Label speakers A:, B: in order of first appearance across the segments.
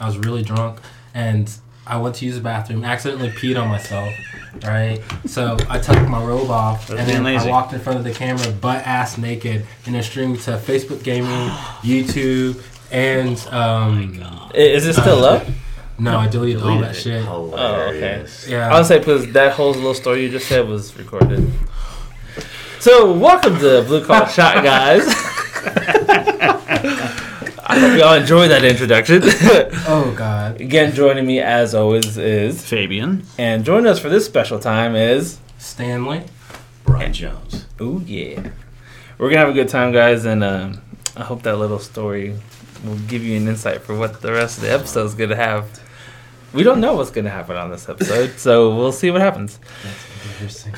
A: I was really drunk, and I went to use the bathroom, accidentally peed on myself, right? So I took my robe off
B: That's
A: and then
B: being lazy.
A: I walked in front of the camera butt ass naked and then streamed to Facebook Gaming, YouTube, and um,
C: I- Is it still up?
A: no, I deleted, all that
B: Deleted Oh.
A: shit.
B: Hilarious.
A: Yeah.
C: I would say because that whole little story you just said was recorded. So welcome to Blue Collar Shot, guys. I hope y'all enjoyed that introduction.
A: oh God.
C: Again, joining me as always is,
B: Fabian.
C: and joining us for this special time is,
A: Stanley.
B: Brian Jones.
C: oh yeah, we're gonna have a good time, guys, and uh, I hope that little story will give you an insight for what the rest of the episode's gonna have. We don't know what's gonna happen on this episode, so we'll see what happens.
A: That's interesting.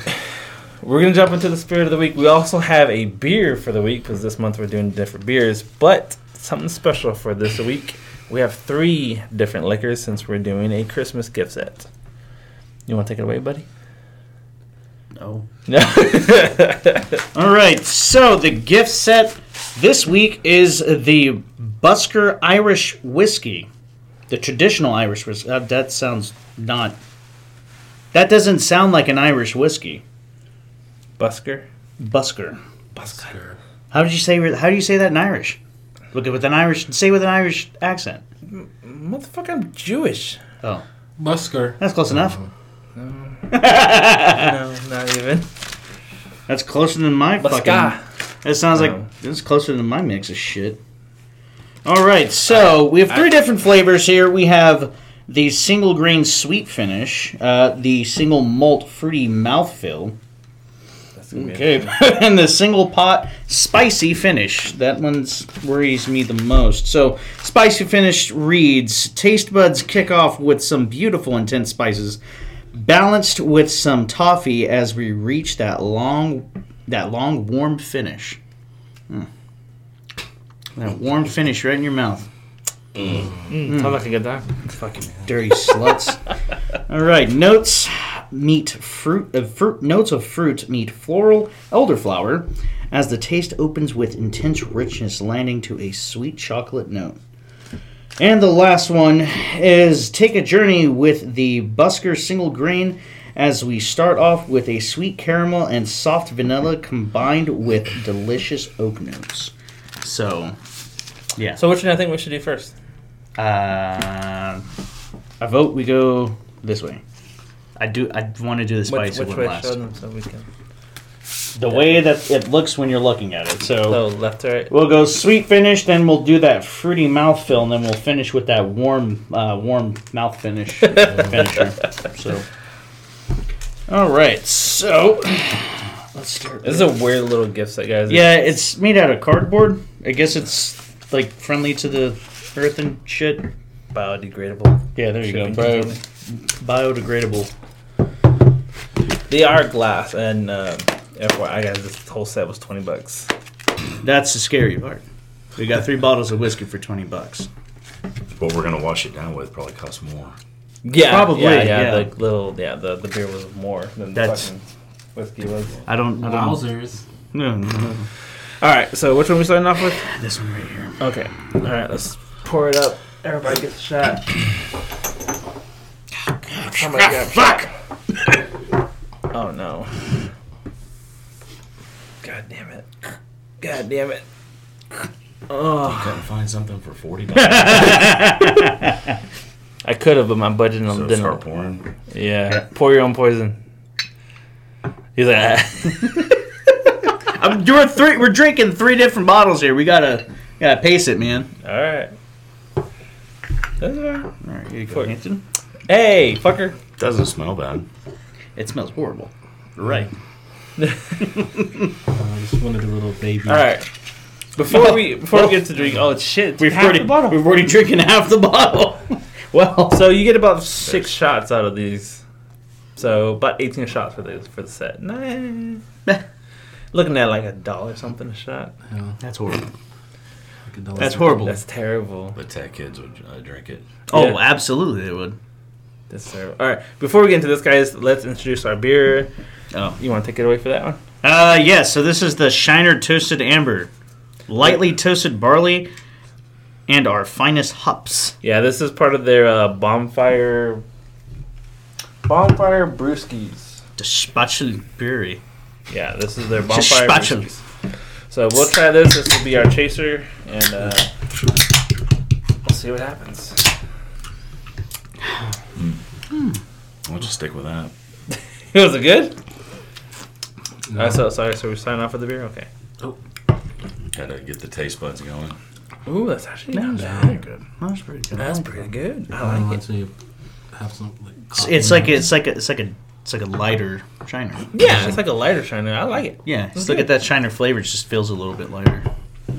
C: We're gonna jump into the spirit of the week. We also have a beer for the week because this month we're doing different beers, but something special for this week. We have three different liquors since we're doing a Christmas gift set. You want to take it away, buddy?
B: No.
C: No.
B: All right. So the gift set this week is the Busker Irish whiskey, the traditional Irish whiskey. Uh, that sounds not. That doesn't sound like an Irish whiskey.
C: Busker.
B: Busker.
A: Oscar.
B: How did you say? How do you say that in Irish? Look at with an Irish. Say with an Irish accent.
C: Motherfucker, I'm Jewish.
B: Oh,
A: Busker.
B: that's close enough.
C: No, not even.
B: That's closer than my fucking.
C: Buska.
B: That sounds
C: No.
B: like this is closer than my mix of shit. All right, so we have three different flavors here. We have the single grain sweet finish, uh, the single malt fruity mouthfeel,
C: That's gonna be
B: okay, and the single pot spicy finish. That one worries me the most. So, spicy finish reads: Taste buds kick off with some beautiful, intense spices, balanced with some toffee as we reach that long, that long warm finish. Hmm. That warm finish right in your mouth.
C: Mm, Sounds like a good time.
B: Dirty sluts. All right, notes meat fruit uh, fruit notes of fruit meet floral elderflower as the taste opens with intense richness landing to a sweet chocolate note. And the last one is take a journey with the Busker single grain as we start off with a sweet caramel and soft vanilla combined with delicious oak notes. So, yeah.
C: So, which one I think we should do first?
B: Uh, I vote we go this way. I do. I want to do the
C: Which,
B: spicy
C: which
B: one
C: way?
B: last.
C: Show them so we can.
B: The way that it looks when you're looking at it. So
C: So left to right.
B: we'll go sweet finish, then we'll do that fruity mouthfeel, and then we'll finish with that warm, uh, warm mouth finish uh, finisher. So, all right. So let's start.
C: This is a weird little gift set, guys.
B: yeah, it's made out of cardboard. I guess it's like friendly to the earth and shit.
C: biodegradable.
B: Yeah, there you go.
C: Shipping
B: Bio,
C: container.
B: biodegradable.
C: They are glass, and uh, FYI, guys, this whole set was twenty bucks.
B: That's the scary part. We got three bottles of whiskey for twenty bucks.
D: What we're gonna wash it down with probably costs more.
C: Yeah,
B: Probably,
C: Yeah, yeah,
B: yeah.
C: the little, yeah, the, the beer was more than the
B: That's-
C: fucking whiskey was.
B: I don't. I don't.
A: Wowzers.
B: No, no, no.
C: All right, so which one we starting off with?
B: This one right here.
C: Okay, all right, let's pour it up. Everybody gets a shot. Somebody
B: Ah,
C: grab a shot. Oh no! God damn it! God damn it! Oh.
D: Couldn't find something for forty dollars.
C: I could have, but my budget on
D: so
C: didn't.
D: start pouring.
C: Yeah. pour your own poison. He's like, "Ah."
B: I'm, you're three. We're drinking three different bottles here. We gotta gotta pace it, man.
C: all right. That's all right.
B: All right, here you go,
C: Fuck.
B: Anthony.
C: Hey, fucker.
D: Doesn't smell bad.
B: It smells horrible. Right.
A: Uh, I just wanted a little baby.
C: All right. Before we before we get to drink, oh shit,
B: We've
C: half
B: already
C: the bottle.
B: we've already drinking half the bottle. well,
C: So you get about six shots out of these. So about eighteen shots for the for the set. Nah. Looking at like a dollar something a shot.
A: Yeah,
B: that's horrible.
A: like a dollar.
B: That's horrible.
C: That's terrible.
D: But tech kids would uh, drink it.
B: oh,
C: Yeah.
B: absolutely, it would.
C: That's terrible. All right. Before we get into this, guys, let's introduce our beer.
B: Oh.
C: You want to take it away for that one?
B: Uh, yes. so this is the Shiner Toasted Amber, lightly toasted barley, and our finest hops.
C: Yeah, this is part of their uh, bonfire bonfire brewskis.
B: The Spatchel Brewery.
C: Yeah, this is their
B: Just
C: bonfire
B: spatchel.
C: brewskis. So we'll try this. This will be our chaser, and uh, we'll see what happens.
D: I'll just stick with that.
C: Was it good?
A: No.
C: Alright, so sorry. So we're signing off with the beer. Okay.
D: Gotta get the taste buds going.
C: Ooh, that's actually not
B: Very good. That's pretty good.
C: That's pretty good. I
A: I
C: like it.
A: like to have some. Like,
B: It's,
A: coffee
B: it's
A: in
B: like a,
A: it.
B: it's like a, it's like a it's like a lighter shiner.
C: Yeah, it's like a lighter shiner. I like it.
B: Yeah,
C: It's
B: just look
C: good.
B: at that shiner flavor. It just feels a little bit lighter.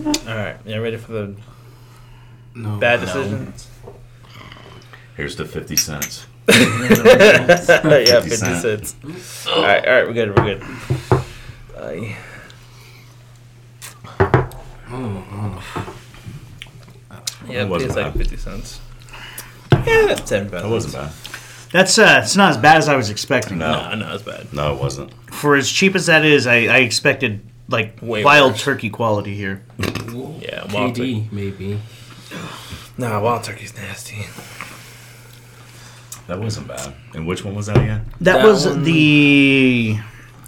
C: All right, yeah, ready for the
A: no,
C: bad
A: no.
C: decisions?
D: Here's the 50 cents.
C: yeah,
D: 50
C: fifty
D: cent.
C: cents. All right, all right, we're good, we're good. Uh,
A: Mm, mm.
C: yeah,
D: That wasn't
C: it's like
D: bad.
C: fifty cents. Yeah, that's seven
D: That wasn't bad.
B: That's uh, it's not as bad as I was expecting.
D: No.
C: No, no, it's bad.
D: No, it wasn't.
B: For as cheap as that is, I, I expected like
C: Way
B: wild
C: worse.
B: turkey quality here.
C: Yeah, wild turkey.
A: KD maybe.
C: Nah, wild turkey's nasty.
D: That wasn't bad. And which one was that again?
B: That,
C: That
B: was
C: one-
B: the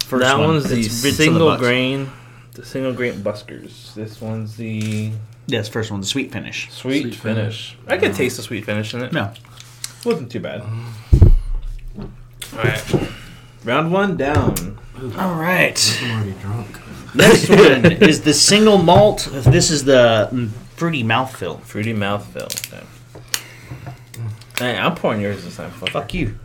B: first
C: that
B: one.
C: one's the
B: It's- it's in
C: single
B: box.
C: grain, the single grain buskers. This one's the
B: Yes, first one, the sweet finish.
C: sweet,
A: Sweet
C: finish. Mm. I could taste the sweet finish in it.
B: No,
C: wasn't too bad. All right, round one down.
B: all right.
A: I'm already drunk.
B: Next one is the single malt. This is the mm, fruity mouthfeel.
C: Fruity mouthfeel. Okay. Hey, I'm pouring yours this time. Fuck.
B: Fuck you.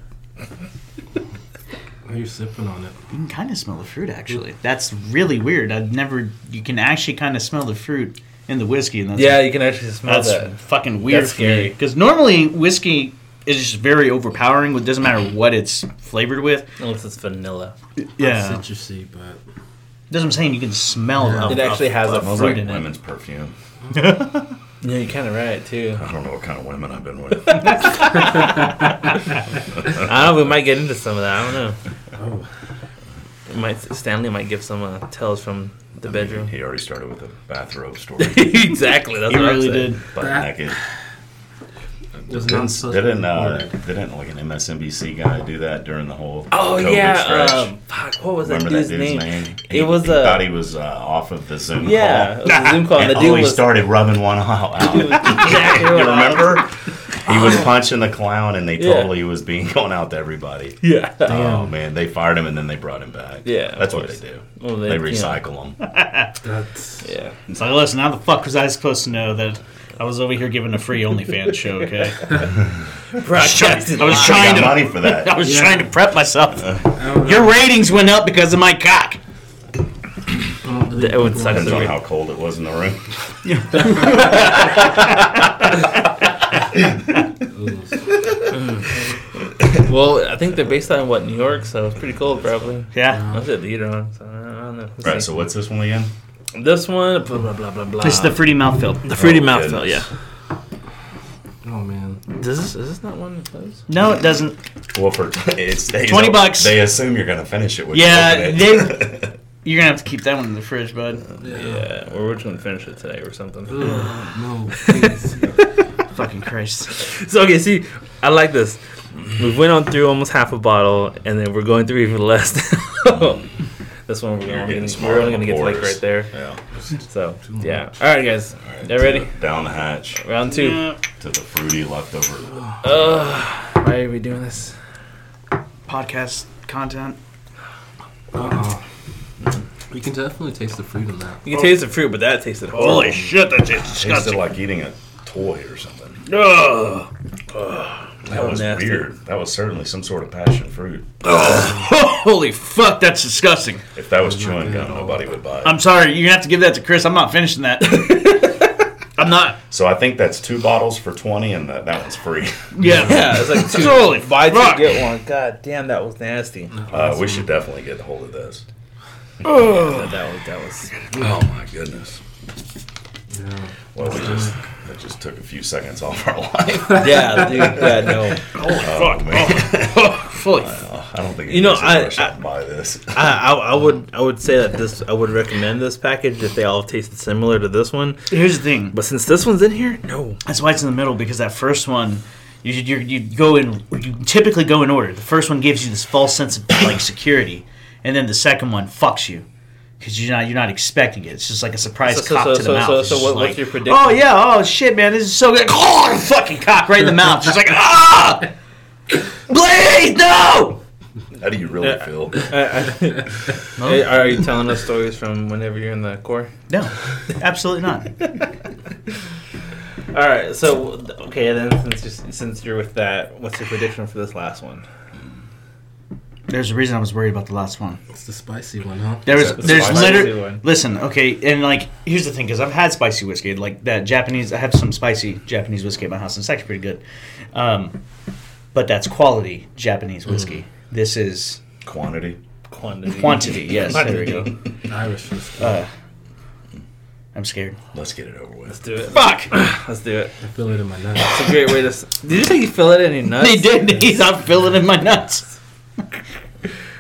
A: Are you sipping on it?
B: You can kind of smell the fruit, actually. That's really weird. I've never. You can actually kind of smell the fruit in the whiskey, and that's
C: Yeah, you can actually smell
B: that's
C: that.
B: fucking weird
C: That's
B: for me.
C: scary.
B: Because normally whiskey is just very overpowering. It doesn't matter what it's flavored with.
C: Unless it's vanilla.
B: Yeah,
A: It's citrusy, but
B: that's what I'm saying. You can smell
A: Yeah.
B: the-
C: It actually has a
D: It smells
C: fruit
D: like
B: in it.
D: women's perfume.
C: Yeah, you're kind of right too.
D: I don't know what kind of women I've been with.
C: I don't know. We might get into some of that. I don't know.
A: oh,
C: We might Stanley might give some uh, tells from the bedroom.
D: he already started with a bathrobe story.
C: exactly. That's
B: You
C: what
B: really
C: I'm saying.
B: did.
D: butt
A: That-
D: naked.
A: was
D: Didn't-
A: not such
D: didn't
A: a
D: uh,
A: word.
D: didn't like an MSNBC guy do that during the whole
C: Oh
D: COVID
C: yeah.
D: stretch?
C: Um, fuck. What was that
D: Remember
C: dude's,
D: that dude's
C: name?
D: name?
C: It was,
D: he
C: uh,
D: thought he was uh, off of the Zoom
C: Yeah, it
D: call.
C: was a Zoom call, and
D: And
C: the dude
D: oh, he
C: was-
D: started rubbing one out. out.
C: Dude, exactly
D: you
C: what I-
D: remember? He was punching the clown, and they
C: Yeah.
D: totally was being going out to everybody.
C: Yeah.
A: um,
D: Oh man, they fired him and then they brought him back.
C: Yeah, of
D: that's what
C: course.
D: they do.
C: Well,
D: they,
C: they-
D: recycle them.
A: That's
C: Yeah.
B: It's like, listen, how the fuck was I supposed to know that I was over here giving a free OnlyFans show? Okay,
C: Broadcasting
B: I was
C: live.
B: trying-
D: They
B: Kinda.
D: got money for
B: I
D: that.
B: was
A: Yeah.
B: trying to prep myself.
A: I don't know.
B: Your ratings went up because of my cock.
A: I don't believe
C: That would
A: people
C: suck.
A: have-
D: Depends on how cold it was in the room.
C: Well, I think they're based out in what New York, so it's pretty cold probably.
B: Yeah.
C: I was at the heater on, so I don't know. We'll
D: Right.
C: see.
D: So what's this one again?
C: This one, blah blah blah blah blah.
B: This is the fruity mouthfeel.
C: The fruity
D: Oh,
C: mouthfeel, yeah.
D: goodness.
A: Oh man,
C: Does this, is this not one of those?
B: No, it doesn't.
D: Well, for it's they
B: 20 bucks.
D: They assume you're gonna finish it. When
B: Yeah,
D: you open it.
B: they. You're gonna have to keep that one in the fridge, bud.
C: Yeah, or we're just gonna finish it today or something.
A: Ugh, no, please.
B: Fucking Christ.
C: So okay, see, I like this. We went on through almost half a bottle, and then we're going through even less. this one we're,
D: You're
C: gonna,
D: getting
C: we're
D: smarter
C: only gonna get to like
D: before
C: right there.
D: yeah.
C: So yeah, all right, guys,
D: Alright,
C: you ready?
D: Down the hatch
C: Round two. Mm.
D: to the fruity leftover.
C: Ugh, why are we doing this?
B: Podcast content.
A: Uh-uh. You can definitely taste the fruit in that.
C: You can taste the fruit, but that tasted horrible.
B: shit, that tastes
D: Tasted like eating a toy or something.
B: Ugh.
D: That
C: Oh,
D: was
C: nasty.
D: weird. That was certainly some sort of passion fruit.
B: Holy fuck, that's disgusting.
D: If that was chewing
A: good at
D: gum,
A: all.
D: nobody would buy it.
B: I'm sorry, you're gonna have to give that to Chris. I'm not finishing that. I'm not.
D: so I think that's two bottles for twenty, and that, that one's free. Uh,
B: Yeah.
C: Yeah, it's like two.
B: Holy
C: buy two
B: fuck.
C: get one. God damn, that was nasty.
D: Uh, we should definitely get a hold of this.
C: That, that was that was.
D: Oh my goodness.
A: Yeah.
D: Well, we just that just took a few seconds off our life.
C: Yeah, dude. Yeah, no.
D: Oh, man.
B: Holy
D: I don't think
C: You know,
D: gives a
C: I-
D: rush
C: I-
D: out to buy this.
C: I, I, I would I would say that this I would recommend this package if they all tasted similar to this one.
B: Here's the thing.
C: But since this one's in here, no.
B: That's why it's in the middle because that first one, you you, you go in. You typically go in order. The first one gives you this false sense of like security, and then the second one fucks you because you're not you're not expecting it. It's just like a surprise
C: So- so-
B: cock
C: so-
B: to the
C: so-
B: mouth.
C: so-
B: It's
C: so
B: just
C: what- what's
B: like,
C: your prediction?
B: Oh yeah, oh shit, man, this is so good. fucking cock right in the mouth. Just like ah, please no.
D: How do you really feel?
C: Are you telling us stories from whenever you're in the core?
B: No, absolutely not.
C: All right. So okay, then since you're, since you're with that, what's your prediction for this last one?
B: There's a reason I was worried about the last one.
A: It's the spicy one, huh?
B: There was,
D: It's a- it's a
B: there's
D: spicy
B: literally.
C: one.
B: Listen, okay, and like, here's the thing, because I've had spicy whiskey, like that Japanese. I have some spicy Japanese whiskey at my house, and it's actually pretty good. Um, but that's quality Japanese whiskey.
C: Mm.
B: This is
D: Quantity.
C: Quantity.
B: quantity. Yes, there we go.
A: Irish whiskey.
B: Uh, I'm scared.
D: Let's get it over with.
C: Let's do it.
B: Fuck.
C: Let's do it.
A: I feel it in my nuts.
C: It's a great way to. s- Did you say you fill it in your nuts?
B: They did. He's not filling in my nuts.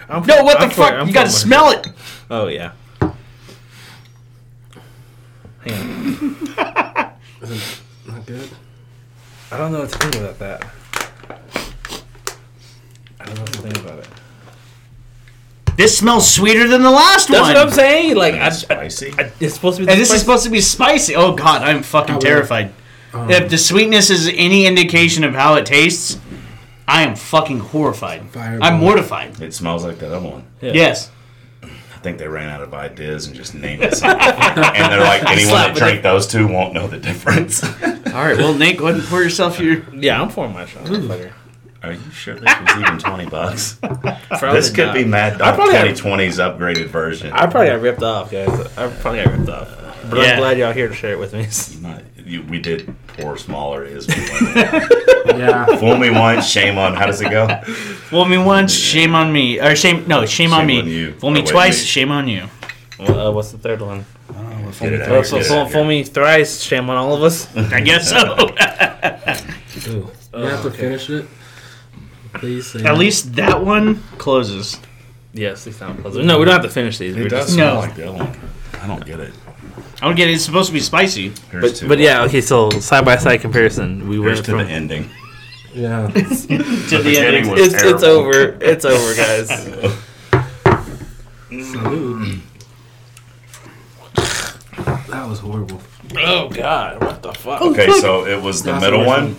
C: I'm
B: No,
C: for-
B: what
C: I'm
B: the
C: for-
B: fuck?
C: I'm
B: you
C: for
B: gotta
C: it.
B: smell it.
C: Oh yeah. Hang on.
A: Isn't not good?
C: I don't know what to think about that. I don't know what to think about it.
B: This smells sweeter than the last
C: That's
B: one.
C: what I'm saying. Like, I, I,
D: spicy.
C: I, it's supposed to be.
B: And this is
C: spicy-
B: supposed to be spicy. Oh god, I'm fucking
A: Oh, really?
B: terrified.
A: Um,
B: If the sweetness is any indication of how it tastes, I am fucking horrified.
A: Fireball.
B: I'm mortified.
D: it smells like that other one.
B: Yes.
D: I think they ran out of ideas and just named it something. and they're like, anyone that drank those two won't know the difference.
B: All right. Well, Nate, go ahead and pour yourself your.
C: Yeah, I'm for my shot. motherfucker.
D: Are you sure this was even 20 bucks?
C: Probably
D: this could
C: not.
D: be Mad
C: I
D: Dog
C: probably have-
D: 2020's upgraded version.
C: I probably got ripped off, guys. I probably got ripped off. But
B: Yeah.
C: I'm glad y'all here to share it with me.
D: Not- you- we did pour smaller is
A: yeah.
D: fool me once shame on how does it go
B: Fool me once, shame on me. Or shame? No, shame, on
D: Shame
B: me.
D: on you.
B: Fool me
D: Oh, wait,
B: twice,
D: wait.
B: shame on you.
C: Well, uh, what's the third one?
D: Get it out
C: Oh,
D: here,
C: so
D: get it
C: fool,
D: out
C: fool
D: here.
C: me thrice, shame on all of us.
B: I guess so.
A: Ooh. You have to finish it. Please. Say
B: At least that one closes.
C: yes, these sound pleasant. No, we don't have to finish these.
D: it
C: We're just-
D: does smell
B: No.
D: like the other one i don't get it
B: I don't get it. It's supposed to be spicy.
D: here's
C: But,
D: to
C: but
D: uh,
C: yeah, okay. So side by side comparison, we
D: here's
C: went
D: to
C: from
D: the ending
A: Yeah.
B: To the
D: beginning
B: end.
D: was-
C: it's, it's
D: Terrible.
C: over. It's over, guys.
A: Salute. That was horrible.
C: oh God, what the fuck?
D: okay so it was the
A: That's
D: middle one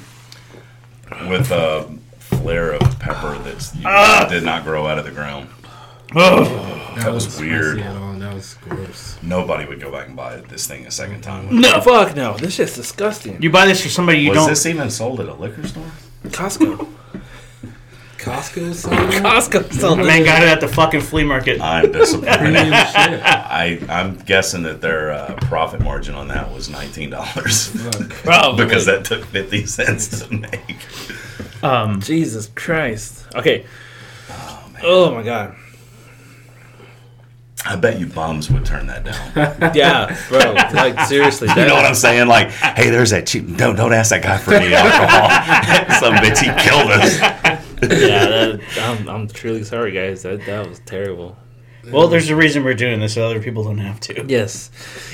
A: amazing.
D: with a flare of pepper that
C: Ah!
D: did not grow out of the ground
A: That,
D: was
A: wasn't
D: weird.
A: Spicy at all. That was gross.
D: nobody would go back and buy this thing a second time
C: No, fuck no. This shit's disgusting.
B: You buy this for somebody you
D: was
B: don't.
D: this even sold at a liquor store
C: Costco.
A: Costco salad.
C: Costco.
B: My man got it at the fucking flea market.
D: i'm disappointed
A: Premium shit.
D: I, I'm guessing that their uh, profit margin on that was nineteen dollars
A: Fuck.
B: Probably.
D: because that took fifty cents to make.
B: Um,
C: Jesus Christ. Okay. Oh, my God.
D: I bet you bums would turn that down.
C: Yeah, bro. Like seriously.
D: You
C: that-
D: know what I'm saying? Like, hey, there's that cheap. Don't don't ask that guy for any alcohol. Some bitch he killed us.
C: yeah, that, I'm, I'm truly sorry, guys. That that was terrible.
B: well, there's a reason we're doing this, so other people don't have to.
C: Yes.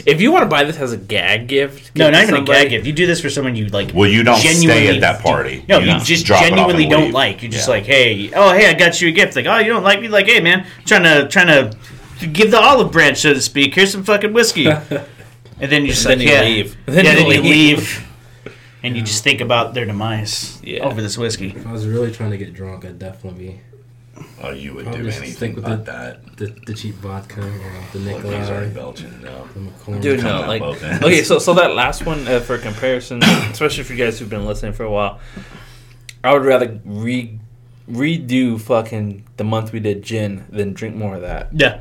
C: If you want to buy this as a gag gift,
B: No,
C: give
B: not
C: to
B: even a
C: somebody-
B: gag gift. You do this for someone you like.
D: Well, you don't stay
B: Genuinely-
D: at that party.
B: No, you
D: just
B: just
D: drop it off
B: genuinely
D: and
B: don't
D: leave.
B: like. You're just
D: Yeah.
B: like, hey, oh, hey, I got you a gift. Like, oh, you don't like me? Like, hey, man, trying to trying to give the olive branch, so to speak. Here's some fucking whiskey, and then you just
C: Then
B: like,
C: you
B: yeah,
C: leave.
B: yeah,
C: Then
B: then
C: you
B: you leave, and you just think about their demise
C: Yeah.
B: over this whiskey.
A: If I was really trying to get drunk, I'd definitely
D: Oh, you would
A: Probably
D: do
A: just
D: anything
A: stick with
D: but
A: it. uh,
D: that.
A: be the, the cheap vodka or the
D: Look, these
A: Nikolai.
D: are Belgian. No.
A: the McCormick.
C: Dude,
D: Come
C: no,
D: on,
C: like
D: both ends.
C: okay, so so that last one uh, for comparison, especially for you guys who've been listening for a while, I would rather re redo fucking the month we did gin than drink more of that.
B: Yeah,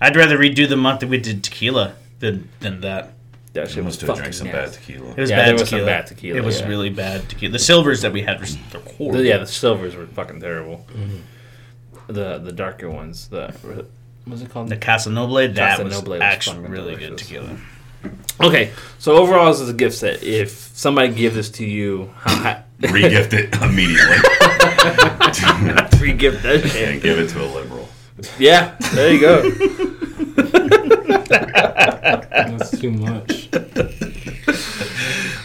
B: I'd rather redo the month that we did tequila than than that.
C: That shit
D: You
C: was
D: must have
C: fucking
D: drank some bad
C: nasty.
D: tequila.
B: It was
C: Yeah,
B: bad
C: there
B: tequila.
C: was some bad tequila,
B: It was
C: yeah.
B: really bad tequila. The silvers that we had were, s- they're horrible.
C: The- yeah, the silvers were fucking terrible. The the darker ones, the what's it called?
B: The Casa Noble, that was
C: Noble was
B: actually
C: fucking
B: really
C: delicious.
B: good tequila.
C: Okay, so overall, this is a gift set. If somebody give this to you, how,
D: Regift it immediately.
C: Free gift that shit.
D: and give it to a liberal.
C: Yeah, there you go.
A: That's too much.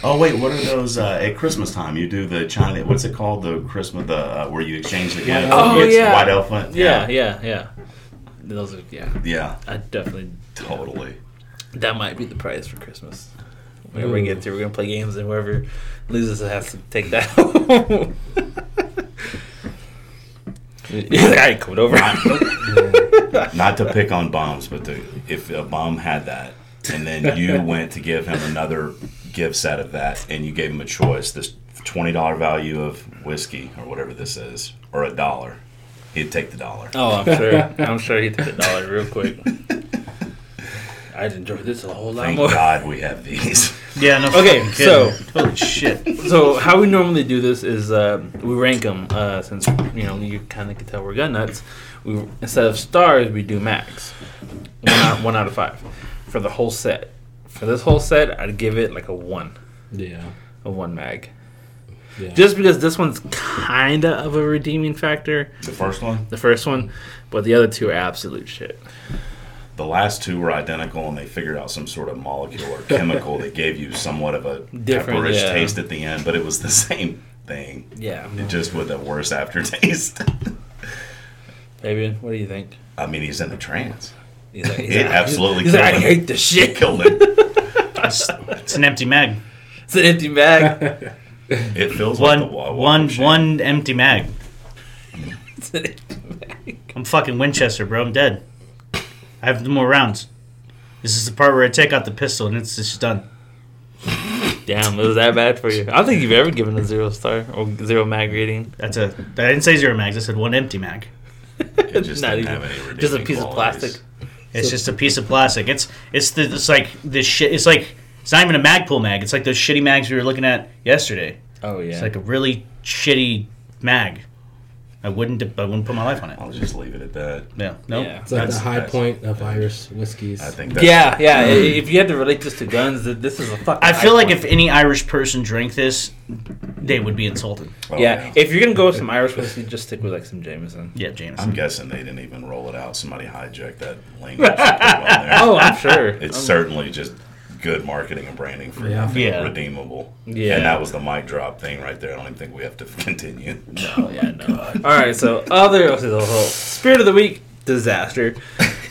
D: Oh wait, what are those uh, at Christmas time? You do the China. What's it called? The Christmas. The uh, where you exchange the gift.
C: Oh,
D: it's
C: yeah.
D: The white elephant.
C: Yeah, yeah, yeah. Those are yeah.
D: Yeah.
C: I definitely
D: Totally.
C: that might be the prize for Christmas. Whenever we
A: Ooh.
C: get through, we're gonna play games, and whoever loses has to take that. home. He's like, I ain't coming over.
D: Not to pick on bombs, but to, if a bomb had that, and then you went to give him another gift set of that, and you gave him a choice: this twenty dollar value of whiskey or whatever this is, or a dollar, he'd take the dollar.
C: oh, I'm sure. I'm sure he took a dollar real quick. I'd enjoy this a whole lot
D: Thank
C: more.
D: God we have these.
B: Yeah, no.
C: Okay,
B: fucking
C: so-
B: kidding. Holy shit.
C: So how we normally do this is uh, we rank them uh, since you know you kind of can tell we're gun nuts. We instead of stars we do max one out, one out of five for the whole set. For this whole set, I'd give it like a one,
A: Yeah.
C: a one mag,
A: Yeah.
C: just because this one's kinda of a redeeming factor.
D: The first one,
C: The first one, but the other two are absolute shit.
D: the last two were identical, and they figured out some sort of molecule or chemical that gave you somewhat of a
C: Different,
D: pepperish
C: yeah.
D: taste at the end, but it was the same thing,
C: Yeah,
D: just with a worse aftertaste.
C: Fabian, what do you think?
D: I mean, he's in a trance.
C: He's like, he's
D: It
C: like-
D: absolutely
C: He's like, I
D: killed him.
C: hate this
D: It
C: shit.
D: killed him.
B: It's, it's an empty mag.
C: It's an empty bag.
D: It feels like
B: One,
D: the Wawa.
B: one,
D: shit.
B: one empty mag.
C: It's an empty bag.
B: I'm fucking Winchester, bro. I'm dead. I have no more rounds. This is the part where I take out the pistol and it's just done.
C: Damn, it was that bad for you. I don't think you've ever given a zero star or zero mag rating.
B: That's a. I didn't say zero mags. I said one empty mag.
D: It just
C: Not
D: didn't
C: even.
D: have any
C: Just a
D: redeeming
C: piece of
D: qualities.
C: plastic.
B: It's just a piece of plastic. It's it's the, it's like this shit. It's like it's not even a Magpul mag. It's like those shitty mags we were looking at yesterday.
C: Oh yeah.
B: It's like a really shitty mag. I wouldn't I wouldn't put my life on it.
D: I'll just leave it at that.
B: Yeah. No.
C: Yeah.
A: It's like
B: That's-
A: the high
D: that's-
A: point of Irish whiskeys.
D: I think that's
C: yeah, yeah. i- If you had to relate this to guns, th- this is a fucking.
B: I feel
C: high
B: like
C: point.
B: if any Irish person drank this, they would be insulted.
D: oh,
C: yeah, if you're gonna go with some Irish whiskey, just stick with like some Jameson.
B: Yeah, Jameson.
D: I'm guessing they didn't even roll it out. Somebody hijacked that language. and put it on there.
C: Oh, I'm sure.
D: It's
C: I'm-
D: certainly just good marketing and branding for
A: Yeah.
D: nothing
B: Yeah.
D: redeemable.
C: Yeah.
D: And that was the mic drop thing right there. I don't even think we have to continue.
C: Oh yeah, no. All right, so other okay, the whole spirit of the week disaster.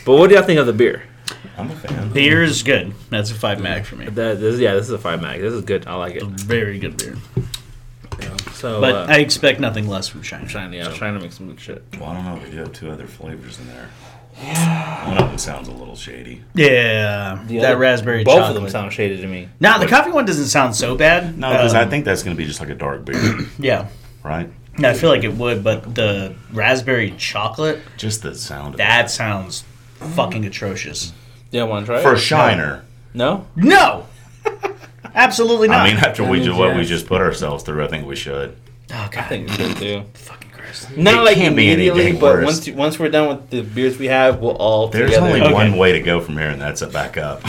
C: But what do y'all think of the beer?
D: I'm a fan.
B: beer is good. That's a five mag for me.
C: That, this, yeah, this is a five mag. This is good. I like it.
B: Very good beer.
C: So,
B: But
C: uh,
B: I expect nothing less from Shine.
C: trying, yeah, I'm trying to make some good shit.
D: Well, I don't know. We do have two other flavors in there. Yeah. One of them sounds a little shady.
B: Yeah,
C: The
B: that
C: other-
B: raspberry.
C: Both
B: chocolate.
C: of them sound shaded to me.
B: Now the coffee one doesn't sound so bad.
D: No, because
B: Um,
D: I think that's going to be just like a dark beer,
B: yeah.
D: right?
B: No, I feel like it would, but the raspberry chocolate
D: Just the sound of
B: that sounds fucking atrocious.
C: Yeah, want to try
D: it.
C: it?
D: For Shiner.
C: No.
B: No, absolutely not.
D: I mean, after we
A: That
D: do
A: means
D: what we
A: yes.
D: just put ourselves through, I think we should.
B: oh god,
C: I think we should too.
B: fucking gross.
C: Not
D: It
C: like
D: can't be
C: immediately,
D: anything
C: but
D: worse.
C: once you, once we're done with the beers we have, we'll all
D: There's
C: together.
D: only
B: Okay.
D: one way to go from here, and that's a back up.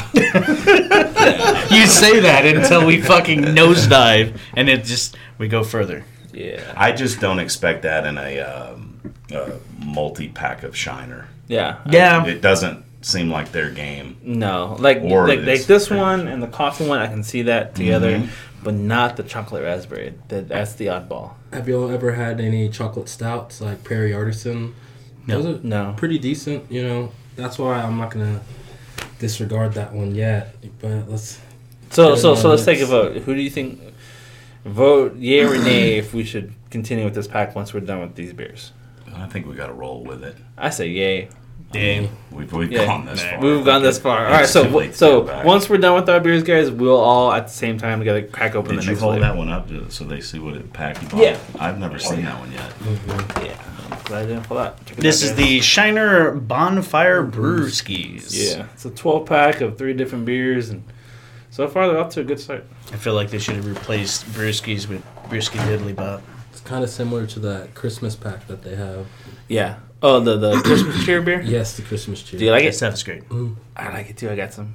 B: You say that until we fucking nosedive, and it just we go further.
C: Yeah,
D: I just don't expect that in a, um, a multi pack of Shiner.
C: yeah,
B: Yeah,
D: It doesn't seem like their game.
C: No, like
D: Or
C: like, like
D: it's-
C: this one and the coffee one, I can see that together,
D: Mm-hmm.
C: but not the chocolate raspberry. That that's the oddball.
A: Have y'all ever had any chocolate stouts like Prairie Artisan?
B: No.
A: Those are
C: No.
A: pretty decent, you know. That's why I'm not gonna disregard that one yet. But let's
C: So
A: Good
C: so so let's
A: moments.
C: take a vote. Who do you think? Vote yay or nay if we should continue with this pack once we're done with these beers.
D: I think we got to roll with it.
C: I say yay.
B: damn.
D: We've, we've
C: Yeah.
D: gone this far.
C: We've gone this far. All right,
D: It's too late
C: so
D: to go
C: so
D: back.
C: once we're done with our beers, guys, we'll all at the same time together crack open
D: Did
C: the
D: you
C: next
D: hold
C: flavor.
D: that one up to, so they see what it packed?
C: Yeah.
D: I've never seen that one yet.
C: Yeah, glad I didn't pull that. Check it
B: This is
C: out, guys.
B: the Shiner Bonfire Brewskis.
C: Yeah, it's a 12 pack of three different beers, and so far they're off to a good start.
B: I feel like they should have replaced Brewskis with Brewski Diddly Bop.
A: It's kind of similar to that Christmas pack that they have.
C: Yeah. Oh, the the Christmas cheer beer.
A: Yes, the Christmas tree.
C: Do you like
B: That
C: it?
B: stuff's great.
C: I like it too. I got some.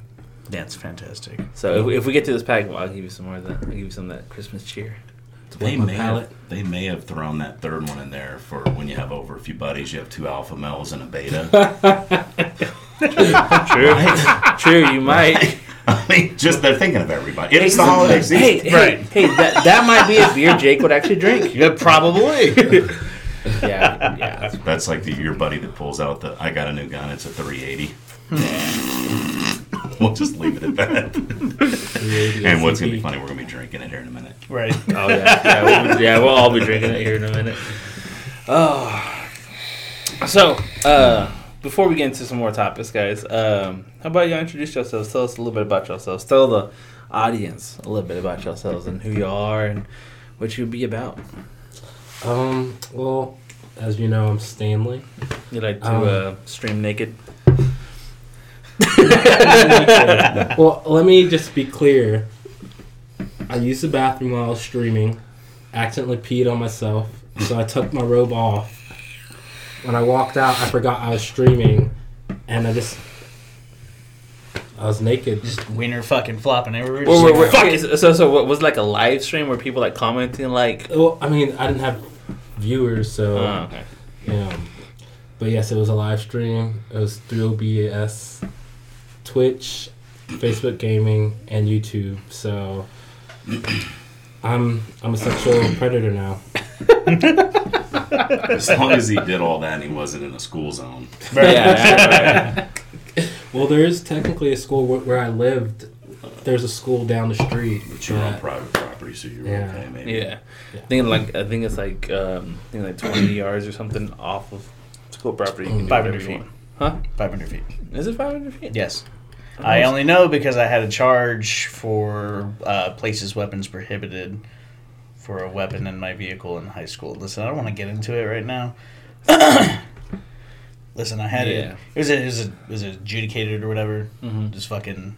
B: That's fantastic.
C: So if, if we get to this pack, well, I'll give you some more of that. I'll give you some of that Christmas cheer.
D: They
A: my
D: may,
A: palate.
D: have, they may have thrown that third one in there for when you have over a few buddies. You have two alpha males and a beta.
C: True. True, you might.
D: I mean, just they're thinking of everybody. It is the holiday season.
B: Hey, hey,
C: Right.
B: hey, that, that might be a beer Jake would actually drink. Yeah, probably.
C: Yeah, yeah.
D: That's like the, your buddy that pulls out the I got a new gun. It's a 380.
C: Hmm.
D: we'll just leave it at that. and what's gonna be funny? We're gonna be drinking it here in a minute.
B: Right.
C: Oh yeah, yeah we'll, yeah. We'll all be drinking it here in a minute. Oh, Ah. so uh, before we get into some more topics, guys, um, how about y'all introduce yourselves? Tell us a little bit about yourselves. Tell the audience a little bit about yourselves and who you are and what you be about.
A: Um, well, as you know, I'm Stanley.
C: You like to
A: Um,
C: uh, stream naked?
A: well, let me just be clear. I used the bathroom while I was streaming, accidentally peed on myself, so I took my robe off. When I walked out, I forgot I was streaming, and I just. I was naked.
B: Just wiener fucking flopping everywhere.
C: Wait,
B: Just
C: wait,
B: like,
C: wait, okay, so, so, so what was like a live stream where people like commenting like?
A: Well, I mean, I didn't have viewers, so.
C: Oh, okay.
A: you know. Um, But yes, it was a live stream. It was through OBS, Twitch, Facebook Gaming, and YouTube. So I'm I'm a sexual predator now.
D: As long as he did all that and he wasn't in a school zone.
C: Yeah, yeah, right.
A: Well, there is technically a school where, where I lived. There's a school down the street.
D: But you're on
A: that-
D: private property, so you're
A: Yeah.
D: okay, maybe.
C: yeah. I think like I think it's like um, I think like twenty yards or something off of school property. You can do
B: Five
C: whatever
B: hundred
C: you
B: feet.
C: want. Huh?
B: 500 feet.
C: Is it 500 feet?
B: Yes. I only know because I had a charge for uh, places weapons prohibited for a weapon in my vehicle in high school. Listen, I don't want to get into it right now. Listen, I had
C: Yeah.
B: it. It was, a, it, was a, it was adjudicated or whatever.
C: Mhm.
B: Just fucking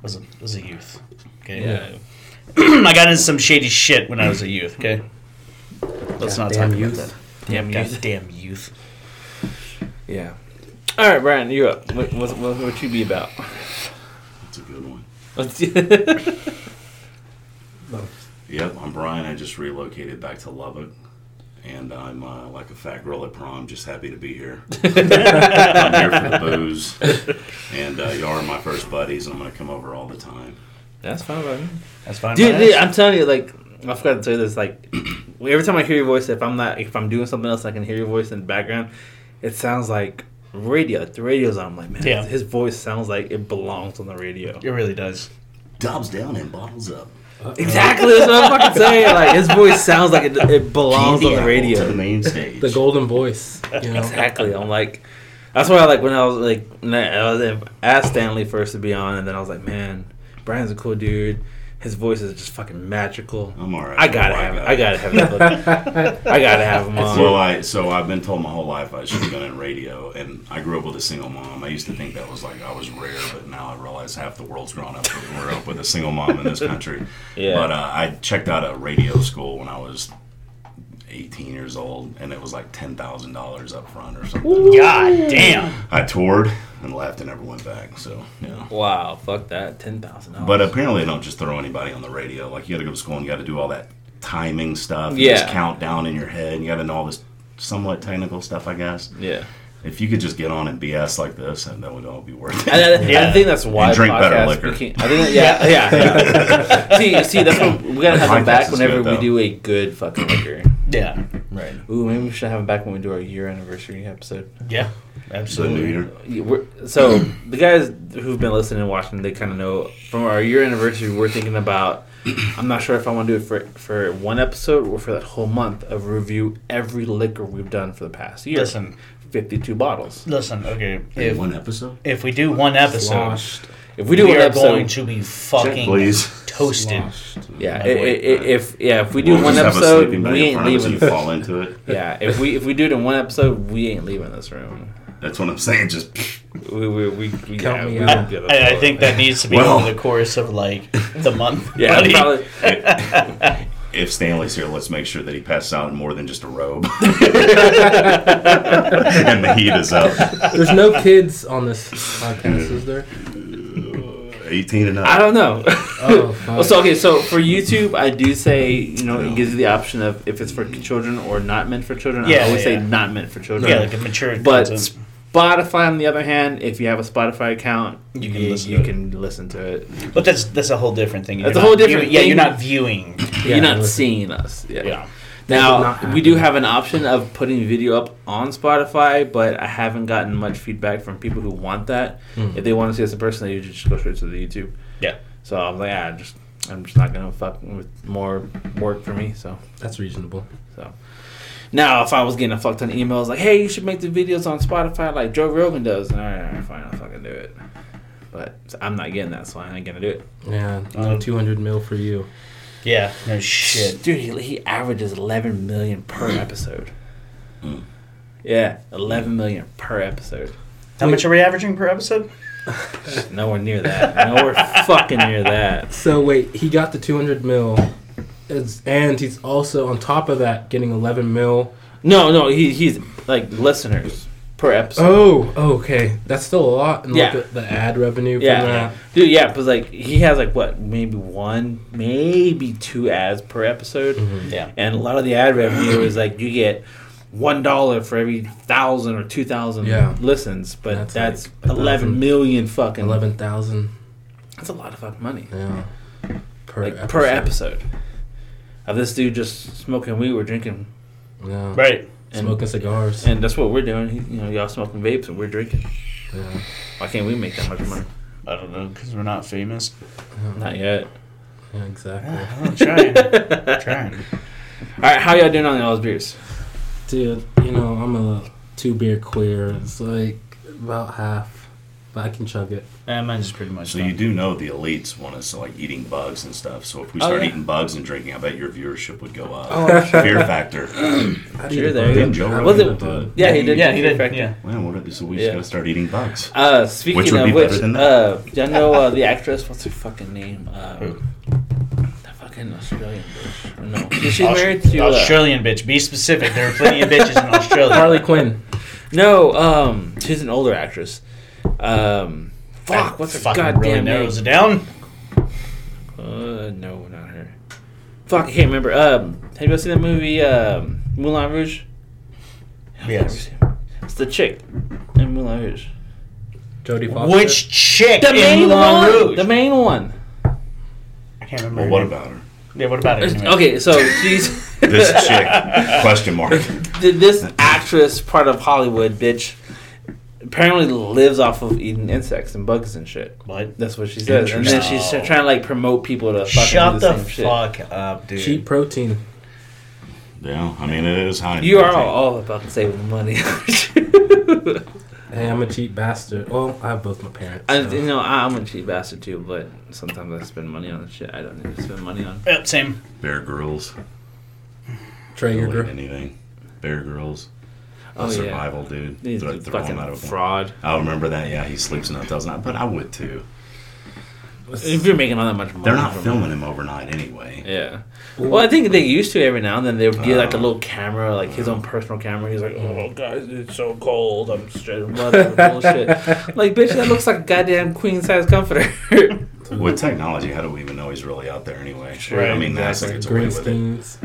B: was a was a youth. Okay,
C: Yeah.
B: I got into some shady shit when I was a youth. Okay, let's not
A: Goddamn
B: talk
A: youth.
B: about that. Damn
C: Goddamn
B: youth. Damn youth.
C: Yeah. All right, Brian, you up. What, what, what, what you be about?
D: That's a good one.
C: Let's-
A: uh,
D: Yep, I'm Brian. I just relocated back to Lubbock, and I'm uh, like a fat girl at prom, just happy to be here. I'm here for the booze, and uh, y'all are my first buddies, and I'm gonna come over all the time.
C: That's fine, by me.
B: That's fine.
C: Dude,
B: by
C: dude,
B: us.
C: I'm telling you, like, I forgot to tell you this. Like, every time I hear your voice, if I'm not, if I'm doing something else, I can hear your voice in the background. It sounds like radio. The radio's on. I'm like, man,
B: Yeah.
C: his voice sounds like it belongs on the radio.
B: it really does.
D: Dobbs down and bottles up.
A: uh,
C: Exactly. That's what I'm fucking saying. Like, his voice sounds like it, it belongs on the
D: Candy apple to
C: radio.
D: the main stage.
A: The golden voice. You know.
C: Exactly. I'm like, that's why, like, when I was like, when I was asked Stanley first to be on, and then I was like, man, Brian's a cool dude. His voice is just fucking magical.
D: I'm all right.
C: I gotta have it. I gotta have it. I gotta have him on.
D: Uh, Well, I so I've been told my whole life I should have been in radio, and I grew up with a single mom. I used to think that was like I was rare, but now I realize half the world's grown up and we're up with a single mom in this country.
C: Yeah.
D: But uh, I checked out a radio school when I was 18 years old, and it was like ten thousand dollars up front or something.
B: God damn.
D: I toured and left and never went back. So yeah.
C: Wow, fuck that. Ten thousand dollars.
D: But uh, apparently, they don't just throw anybody on the radio. Like you got to go to school and you got to do all that timing stuff. You just
C: Yeah.
D: count down in your head. And you got to know all this somewhat technical stuff, I guess.
C: yeah.
D: If you could just get on and BS like this, and that would all be worth
C: And
D: it.
C: I, I think that's why
D: And drink better
C: podcasts
D: liquor.
C: became- I think that, yeah, yeah, yeah. see, see, that's what we gotta have them
D: Podcast
C: back
D: is
C: whenever
D: good,
C: we
D: though.
C: do a good fucking liquor.
B: Yeah.
C: Right. Ooh, maybe we should have them back when we do our year anniversary episode.
B: Yeah.
D: So New
B: Absolutely.
D: Year.
C: Yeah, We're, so the guys who've been listening and watching, they kind of know from our year anniversary. We're thinking about. I'm not sure if I want to do it for for one episode or for that whole month of review every liquor we've done for the past year.
B: Listen.
C: 52 bottles.
B: Listen, okay.
D: In
B: If
D: one episode.
B: if we do one episode,
A: Sloshed.
C: If
B: we,
C: we do
B: are
C: one episode,
B: going to be fucking
D: please.
B: toasted.
A: Sloshed.
C: Yeah,
B: My
C: i- i-
B: boy.
C: i- if yeah, if we do
D: We'll
C: one
D: just have a
C: episode,
D: sleeping bag
C: we
D: in
C: ain't
D: front of us and
C: leaving. This.
D: You fall into it.
C: Yeah, if we if we do it in one episode, we ain't leaving this room.
D: That's what I'm saying. Just
C: We we we, we
A: Count
C: yeah,
A: me
C: we
A: out.
C: won't give up.
B: I, I think that needs to be
D: Well-
B: over the course of like the month.
C: yeah,
B: buddy.
C: probably.
D: if Stanley's here, let's make sure that he passes out in more than just a robe. and the heat is up.
A: There's no kids on this podcast, is there?
E: 18 and up.
C: I don't know.
A: Oh, fuck.
C: so okay, so for YouTube, I do say you know
E: No.
C: it gives you the option of if it's for children or not meant for children.
B: Yeah,
C: I always
B: yeah.
C: say not meant for children.
B: yeah, like a mature.
C: but
B: content.
C: Spotify, on the other hand, if you have a Spotify account, you
B: You
C: can
B: can listen
C: you
B: to it.
C: can listen to it.
B: but that's that's a whole different thing.
C: That's
B: You're
C: a whole
B: not
C: different
B: viewing- Yeah, you're
C: thing.
B: not viewing.
C: You're not
A: listen.
C: seeing us. Yeah.
B: Yeah.
A: That did
C: Now
A: not
C: we do
A: happen.
C: have an option of putting video up on Spotify, but I haven't gotten much feedback from people who want that.
A: Hmm.
C: If they want to see us in person, they usually just go straight to the YouTube.
B: Yeah.
C: So I'm like, ah, just I'm just not gonna fuck with more work for me. So
A: That's reasonable.
C: now if I was getting a fuck ton of emails like, hey, you should make the videos on Spotify like Joe Rogan does, all right, all right fine, I'll fucking do it. But I'm not getting that, so I ain't gonna do it.
A: Yeah, no
B: Um,
A: 200 mil for you.
B: Yeah. No shit.
C: Dude, he, he averages 11 million per episode. Yeah, 11 million per episode.
B: How much are we averaging per episode?
C: Nowhere near that. Nowhere fucking near that.
A: So wait, he got the 200 mil, it's, and he's also on top of that getting 11 mil.
C: No, no, he, he's like listeners per episode.
A: Oh, okay, that's still a lot. And
C: Yeah.
A: look at the ad revenue from
C: yeah.
A: that.
C: Dude, yeah, because like he has like what, maybe one, maybe two ads per episode.
B: Yeah.
C: And a lot of the ad revenue is like you get one dollar for every thousand or two thousand
A: Yeah.
C: listens, but
A: That's,
C: that's,
A: like,
C: eleven million fucking.
A: 11,000.
C: That's a lot of fucking money.
A: Yeah. Per
C: like per episode of this dude just smoking weed or drinking,
A: Yeah.
B: Right.
C: and-
A: Smoking cigars.
C: and that's what we're doing. He- You know, y'all smoking vapes and we're drinking.
A: yeah.
C: Why can't we make that much money?
B: I don't know because we're not famous.
C: Not yet.
A: yeah, exactly.
C: Ah.
B: I'm trying. trying.
C: All right, how y'all doing on y'all's beers?
A: Dude, you know, I'm a two beer queer. It's like about half, but I can chug it.
B: Uh, mine's is pretty much.
D: So
B: done.
D: you do know the elites want us to like eating bugs and stuff. So if we
C: Oh,
D: start
C: yeah.
D: eating bugs and drinking, I bet your viewership would go up.
A: Oh,
D: Fear factor.
C: Sure, there
D: Didn't Joe
A: I
D: Rogan
C: Was
A: wouldn't
C: it?
D: do it?
C: Yeah, he did.
B: Yeah, he
C: Fear
B: did.
C: Factor.
B: Yeah.
D: Well, what if, so we
C: Yeah.
D: just gotta start eating bugs.
C: Uh, speaking
D: Which would
C: of
D: be
C: which,
D: better than that?
C: uh, y'all know uh, the actress. What's her fucking name? Uh, the fucking Australian bitch. No, she's
B: Aus-
C: married to uh,
B: Australian bitch. Be specific. There are plenty of bitches in Australia.
A: Harley Quinn.
C: No, um, she's an older actress. Um, fuck, what's her
B: fucking
C: goddamn
B: really
C: name?
B: narrows it down.
C: Uh, no, not her. Fuck, I can't remember. Um, have you ever seen that movie, um, Moulin Rouge?
B: Yes.
C: It's the chick in Moulin Rouge.
A: Jodie Foster.
B: Which chick
C: The
B: in
C: main
B: Moulin
C: one.
B: Rouge?
C: The main one.
B: I can't remember.
D: Well,
B: her
D: what
B: name.
D: about her?
B: Yeah, what about it? Anyway?
C: Okay, so she's
D: This chick? Question mark.
C: th- this actress, part of Hollywood, bitch. Apparently lives off of eating insects and bugs and shit.
B: What?
C: That's what she says, and then she's
B: Interesting.
C: trying to like promote people to fucking do
B: Shut
C: the
B: the
C: same shit.
B: fuck up, dude.
A: Cheap protein.
D: Yeah, I mean it is high. in
C: You are
D: protein.
C: all, all about saving money.
A: Hey, I'm a cheap bastard. Well, I have both my parents.
C: I,
A: so.
C: you know, I- I'm a cheap bastard too, but sometimes I spend money on shit I don't need to spend money on.
B: Yep, same.
D: Bear Girls.
A: Traeger
D: Don't like
A: girl.
D: anything. Bear Girls.
C: Oh, yeah.
D: survival dude.
C: He's
D: Throw-
C: a
D: throw him
C: fucking
D: out of-
C: fraud.
D: I remember that. Yeah, he sleeps in hotels, and I- but I would too.
C: If you're making all that much money,
D: They're not
C: from it.
D: filming him overnight anyway.
C: Yeah. Well, I think they used to every now and then. They would get like a little camera, like his own personal camera. He's like, "Oh, guys, it's so cold. I'm straight mother bullshit." Like, bitch, that looks like a goddamn queen size comforter.
D: With technology, how do we even know he's really out there anyway? Sure. I
B: Right,
D: mean, NASA
A: Like
D: gets away
A: green
D: with it.
A: skins.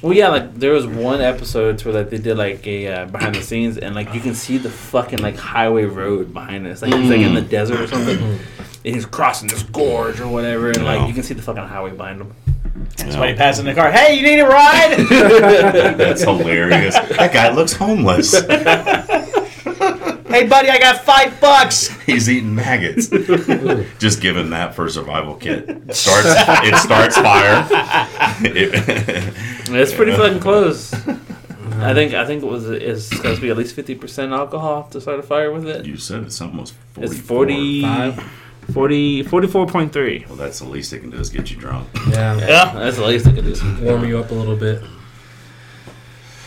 C: well, yeah, like there was one episode where like they did like a uh, behind the scenes, and like you can see the fucking like highway road behind us. Like he's like in the desert or something. And he's crossing this gorge or whatever, and like
D: No.
C: you can see the fucking highway behind him.
B: Somebody passing the car. Hey, you need a ride?
D: That's hilarious. That guy looks homeless.
B: hey, buddy, I got five bucks.
D: He's eating maggots. Just give him that for a survival kit. Starts. It starts fire. It-
C: It's pretty fucking close. I think I think it was it's supposed to be at least fifty percent alcohol to start a fire with it.
D: you said it's something was forty.
C: It's 40, 40 44.3.
D: Well, that's the least they can do is get you drunk.
A: Yeah.
B: Yeah.
C: That's the least I could do.
A: Warm you up a little bit.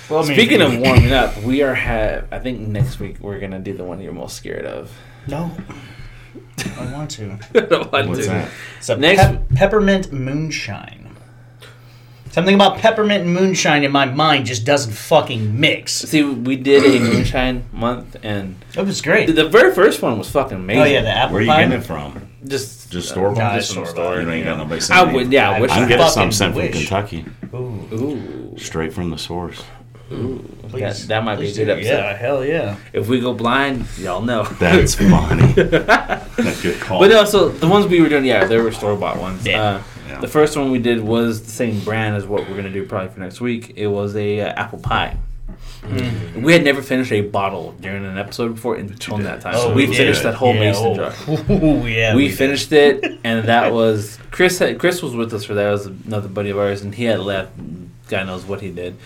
B: Well, I mean,
C: Speaking
B: if
C: of
B: you-
C: warming up, we are have I think next week we're gonna do the one you're most scared of.
B: no, I want to.
C: I don't want
D: What's
C: to.
D: that?
B: It's a
C: Next-
B: pep- peppermint moonshine. Something about peppermint and moonshine in my mind just doesn't fucking mix.
C: See, we did a moonshine month, and
B: It was great.
C: the very first one was fucking amazing.
B: Oh yeah, the apple
D: Where are you
B: pie.
D: getting it from?
C: Just
D: Just store
C: Nah,
D: bought.
C: just from
D: store
C: the store,
D: You ain't
C: yeah.
D: got nobody
C: I
D: sending me-
C: would. Yeah, I wish.
D: I'm
C: I
D: getting
C: fucking
D: some sent from
C: wish.
D: Kentucky,
C: Ooh,
D: straight from the source.
C: that, that might be a
B: Please
C: good
B: do.
C: episode.
B: Yeah, hell yeah.
C: If we go blind, y'all know.
D: That's funny. That's good call.
C: But no, so the ones we were doing, yeah, they were store bought ones. Uh,
D: Yeah.
C: The first one we did was the same brand as what we're gonna do probably for next week. It was a uh, apple pie.
B: Mm.
C: We had never finished a bottle during an episode before until
D: did.
C: that time.
D: Oh,
C: so we
D: yeah.
C: finished that whole mason jar.
B: oh. Ooh, yeah.
C: we,
B: did.
C: finished it, and that was Chris. Had, Chris was with us for that. It was another buddy of ours, and he had left. God knows what he did.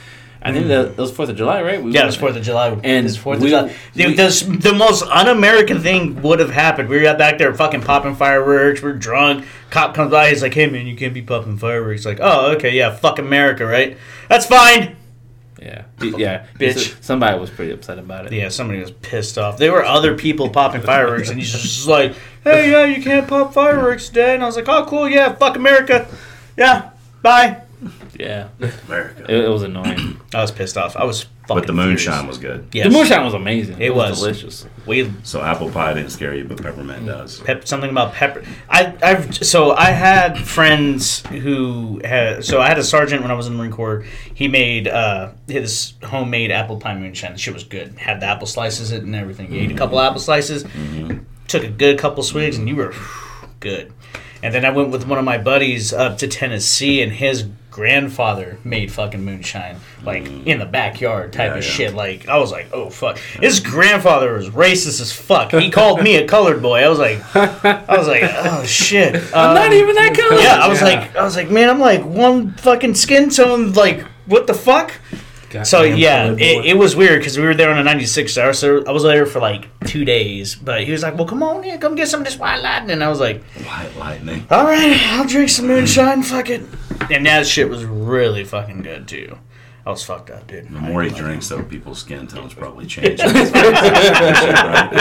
C: I think that it was Fourth of July, right? We
B: Yeah,
C: went-
B: it was Fourth of July.
C: And
B: it was Fourth
C: we-
B: of July. The,
C: we-
B: the s- the most un-American thing would have happened. We got back there, fucking popping fireworks. We're drunk. Cop comes by. He's like, "Hey man, you can't be popping fireworks." Like, "Oh, okay, yeah, fuck America, right? That's fine."
C: Yeah, D- yeah,
B: Bitch.
C: Somebody was pretty upset about it.
B: Yeah, somebody was pissed off. There were other people popping fireworks, and he's just like, "Hey, yeah, you can't pop fireworks today." And I was like, "Oh, cool, yeah, fuck America, yeah, bye."
C: yeah,
D: America.
C: it, it was annoying.
B: I was pissed off. I was fucking.
D: But the moonshine
B: furious.
D: was good.
B: Yes.
C: The moonshine was amazing.
B: It was.
C: delicious.
B: We
D: So apple pie didn't scare you, but peppermint does.
B: pep, something about pepper. I, I've so I had friends who had so I had a sergeant when I was in the Marine Corps. He made uh, his homemade apple pie moonshine. The shit was good. Had the apple slices in it and everything. You ate
D: Mm-hmm.
B: a couple apple slices, took a good couple swigs, and you were good. And then I went with one of my buddies up to Tennessee, and his grandfather made fucking moonshine, like in the backyard type
D: Mm. Yeah,
B: of
D: yeah.
B: shit. Like I was like, oh fuck, his grandfather was racist as fuck. He called me a colored boy. I was like, I was like, oh shit.
C: I'm
B: Um,
C: not even that color.
B: yeah, I was like, I was like, man, I'm like one fucking skin tone. Like, what the fuck? So
A: Goddamn
B: yeah,
A: colored
B: it,
A: boy.
B: it was weird because we were there on a 96 hour. So I was there for like two days. But he was like, well, come on in, come get some of this white lightning. And I was like,
D: White lightning.
B: all right, I'll drink some moonshine. Fuck it. And that shit was really fucking good too. I was fucked up, dude.
D: The more he drinks, though, people's skin tones probably change. well,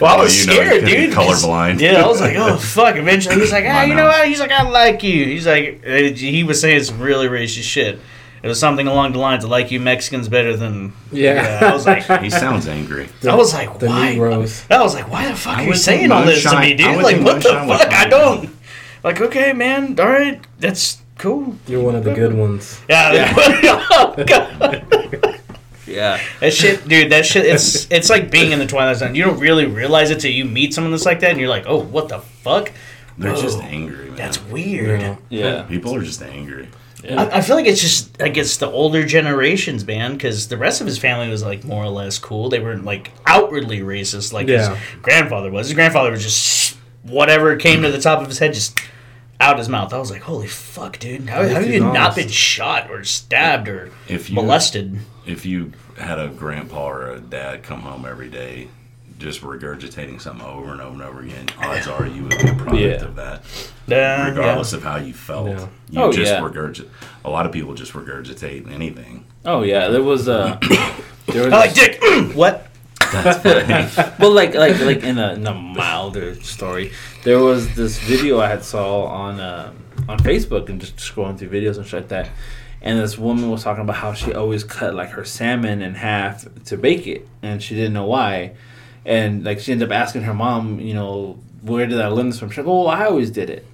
B: Well, I was scared, dude.
D: Colorblind.
B: Yeah, I was like, oh fuck. Eventually, he's like, ah,
D: Why
B: you
D: not?
B: know what? He's like, I like you. He's like, uh, he was saying some really racist shit. It was something along the lines of like you Mexicans better than.
A: Yeah.
B: I was like,
D: He sounds angry.
B: I was like,
A: The
B: why?
A: Negroes.
B: I was like, why the fuck are you
D: would think
B: saying all this to
D: moonshine-
B: me,
D: I
B: dude?
D: would
B: Like,
D: think
B: what the
D: moonshine would
B: fuck? I
D: probably-
B: don't. Like, okay, man. All right, that's cool.
A: You're one of the good ones.
B: Yeah. oh, God.
C: yeah,
B: That shit, dude. That shit. It's it's like being in the Twilight Zone. You don't really realize it till you meet someone that's like that, and you're like, oh, what the fuck?
D: They're just
B: Whoa.
D: angry, man.
B: Oh, That's weird.
A: Yeah.
C: yeah.
D: People are just angry.
B: I, I feel like it's just like it's the older generations, man. Because the rest of his family was like more or less cool. They weren't like outwardly racist like
A: Yeah.
B: his grandfather was. His grandfather was just whatever came to the top of his head, just out his mouth. I was like, holy fuck, dude. How, how have
A: he's
B: you not
A: honest.
B: been shot or stabbed or
D: If you
B: molested?
D: if you had a grandpa or a dad come home every day just regurgitating something over and over and over again, odds are you would be a product
C: Yeah.
D: of that,
B: Uh, yeah.
D: regardless of how you felt.
A: Yeah.
D: You
C: Oh,
D: just
C: yeah.
D: regurgitate. A lot of people just regurgitate anything.
C: Oh yeah, there was uh, there was
B: I like dick. what?
C: well, like like like in a, in a milder story, there was this video I had saw on um, on Facebook and just scrolling through videos and shit like that, and this woman was talking about how she always cut like her salmon in half to bake it, and she didn't know why, and like she ended up asking her mom, you know, where did I learn this from? She's like, oh, I always did it.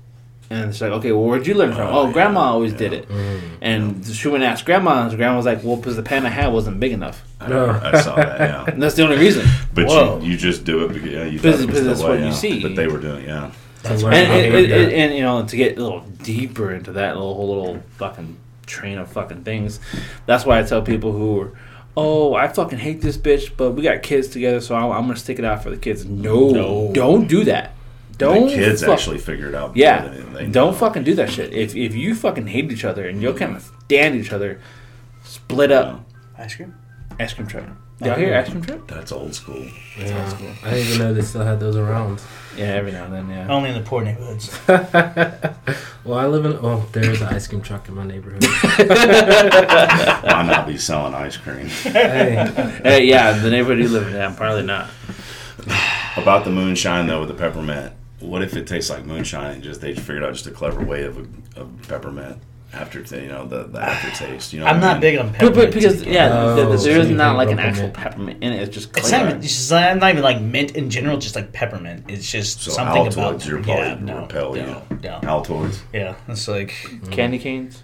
C: And she's like, okay, well, where'd you learn from?
D: Oh,
C: Oh,
D: yeah,
C: grandma always
D: yeah. Mm-hmm.
C: did it. And she went and asked grandma, and grandma was like, well, because the pan I had wasn't big enough.
D: I,
A: No.
D: I saw that, yeah.
C: And that's the only reason.
B: Whoa.
D: But you, you just do it because yeah, you
C: Because-
D: thought it was
C: because
D: the
C: that's
D: way,
C: what you
D: yeah.
C: see.
D: But they were doing it, yeah.
A: To learn
C: and,
A: how
C: and,
A: to do
C: and, and,
A: that.
C: you know to get a little deeper into that little whole little fucking train of fucking things that's why i tell people who are oh i fucking hate this bitch but we got kids together so i'm, I'm gonna stick it out for the kids no,
D: No.
C: don't do that don't
D: the kids
C: fuck-
D: actually figured out. more
C: yeah
D: than they know.
C: don't fucking do that shit if, if you fucking hate each other and you'll kind of stand each other split up
B: Ice cream.
C: ice cream truck y'all hear ice cream truck
D: That's old school.
A: Yeah. I didn't even know they still had those around.
C: yeah every now and then yeah
B: Only in the poor neighborhoods.
A: Well, I live in. Oh, there is an ice cream truck in my neighborhood.
D: Why not be selling ice cream?
A: hey,
C: hey yeah the neighborhood you live in yeah probably not
D: About the moonshine though, with the peppermint. What if it tastes like moonshine and just they figured out just a clever way of, of peppermint after you know the, the aftertaste. You know,
B: I'm
D: what I
B: not
D: mean?
B: big on peppermint.
C: But, but because
B: tea.
C: yeah,
A: Oh,
C: th- th-
A: so
C: there is
A: you
C: not
A: think
C: like an
A: rumplemint.
C: actual peppermint in it. It's just
B: It's not,
C: clear.
B: even, it's just, I'm not even like mint in general, just like peppermint. It's just
D: So
B: something
D: Altoids,
B: about
D: you're probably
B: yeah, no,
D: repel
B: no, no.
D: Altoids.
B: Yeah, it's like
C: Candy canes.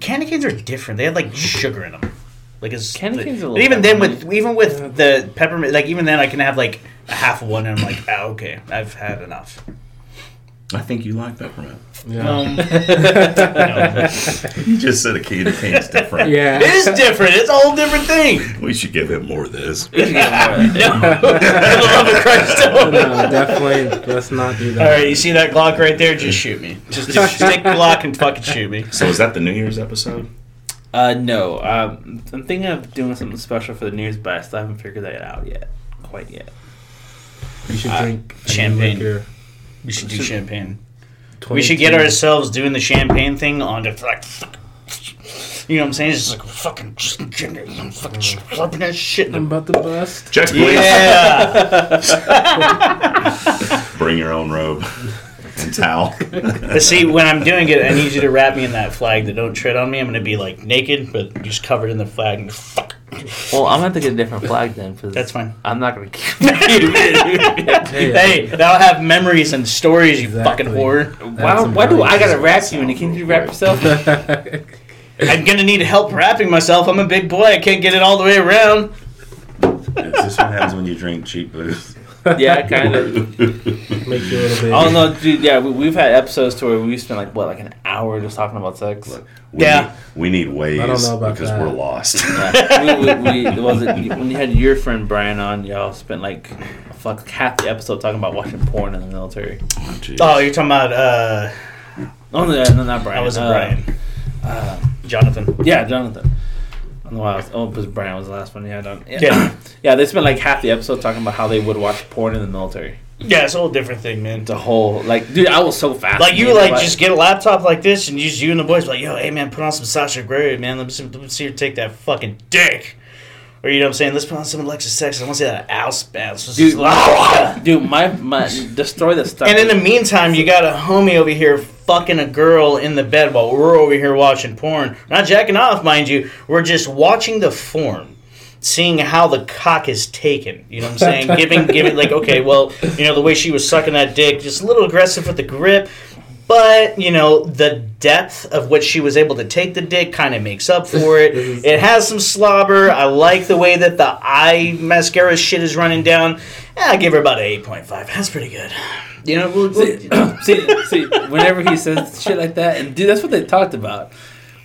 B: candy canes are different. They had like sugar in them. Like it's
C: Candy canes are a
B: but
C: little
B: even then with even with the peppermint, like even then I can have like a half of one and I'm like, ah, okay, I've had enough.
D: I think you like peppermint.
A: Yeah.
B: Um, no.
D: You just said a candy cane is different.
A: yeah.
B: It is different. It's a whole different thing.
D: We should give him more of this.
B: For the love of Christ, don't.
A: no, definitely. Let's not do
B: All
A: that.
B: right, you see that Glock right there? Just shoot me. Just, just take Glock and fucking shoot me.
D: So is that the New Year's episode?
C: Uh, no. Um, I'm thinking of doing something special for the New Year's, but I still haven't figured that out yet. Quite yet.
A: You should drink any
B: Uh, champagne.
A: liquor.
B: We should do champagne. We should get ourselves doing the champagne thing on the like, you know what I'm saying? It's just like fucking, fucking slurping that shit.
A: I'm about to bust.
D: Check please.
B: Yeah,
D: Bring your own robe and towel.
B: but see, when I'm doing it, I need you to wrap me in that flag. That don't tread on me. I'm gonna be like naked, but just covered in the flag. And fuck,
C: Well, I'm gonna have to get a different flag then. Cause
B: that's fine.
C: I'm not gonna keep.
B: Hey, that'll have memories and stories. You fucking
A: Exactly.
B: whore.
C: Why,
A: That's
C: why do I gotta
A: amazing.
C: wrap you and you can't you wrap yourself?
B: I'm gonna need help wrapping myself. I'm a big boy. I can't get it all the way around.
D: is this what happens when you drink cheap booze?
C: yeah, kind of.
A: Make you a little bit.
C: Oh no, dude! Yeah, we, we've had episodes to where we spent like what, like an hour just talking about sex.
D: We
B: Yeah.
D: Need, we need ways
A: I don't know about
D: because
A: that.
D: we're lost. Oh,
C: Yeah, we, we, we was it when you had your friend Brian on? Y'all spent like fuck half the episode talking about watching porn in the military.
D: Oh, geez.
B: Oh, you're talking about uh,
C: Oh no, no, not Brian.
B: I was
C: uh,
B: Brian, Jonathan.
C: Yeah, Jonathan. I don't know why I was, oh, because Brian was the last one. Yeah, I don't. Yeah.
B: Yeah.
C: yeah, They spent like half the episode talking about how they would watch porn in the military.
B: Yeah, it's a whole different thing, man.
C: The whole like, dude, I was so fast.
B: Like you like just get a laptop like this and you just you and the boys like, yo, hey man, put on some Sasha Grey, man. Let me see, let me see her take that fucking dick. Or you know what I'm saying? Let's put on some Alexa Sex. I want to see that ass bounce. Let's just-
C: Dude, dude, my my destroy the stuff.
B: And in the meantime, you got a homie over here fucking a girl in the bed while we're over here watching porn. Not jacking off, mind you. We're just watching the form. Seeing how the cock is taken, you know what I'm saying? giving, giving, like, okay, well, you know, the way she was sucking that dick, just a little aggressive with the grip, but you know, the depth of what she was able to take the dick kind of makes up for it. it has some slobber. I like the way that the eye mascara shit is running down. Yeah, I give her about an eight point five. That's pretty good. You know, we'll, we'll-
C: see, see, whenever he says shit like that, and dude, that's what they talked about.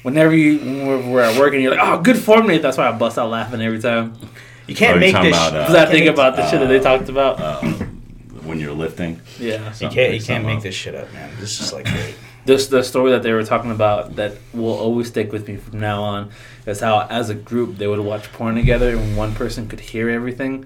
C: Whenever you when we're, we're at work and you're like, oh, good form, Nate. That's why I bust out laughing every time
B: you
D: Are
B: can't
D: you
B: make
D: talking
B: this.
D: about, uh,
C: because I think about the shit that they talked about.
D: when you're lifting,
C: yeah,
D: uh,
B: you can't. You can't make this shit up, man. This is like great.
C: this the story that they were talking about that will always stick with me from now on is how as a group they would watch porn together and one person could hear everything,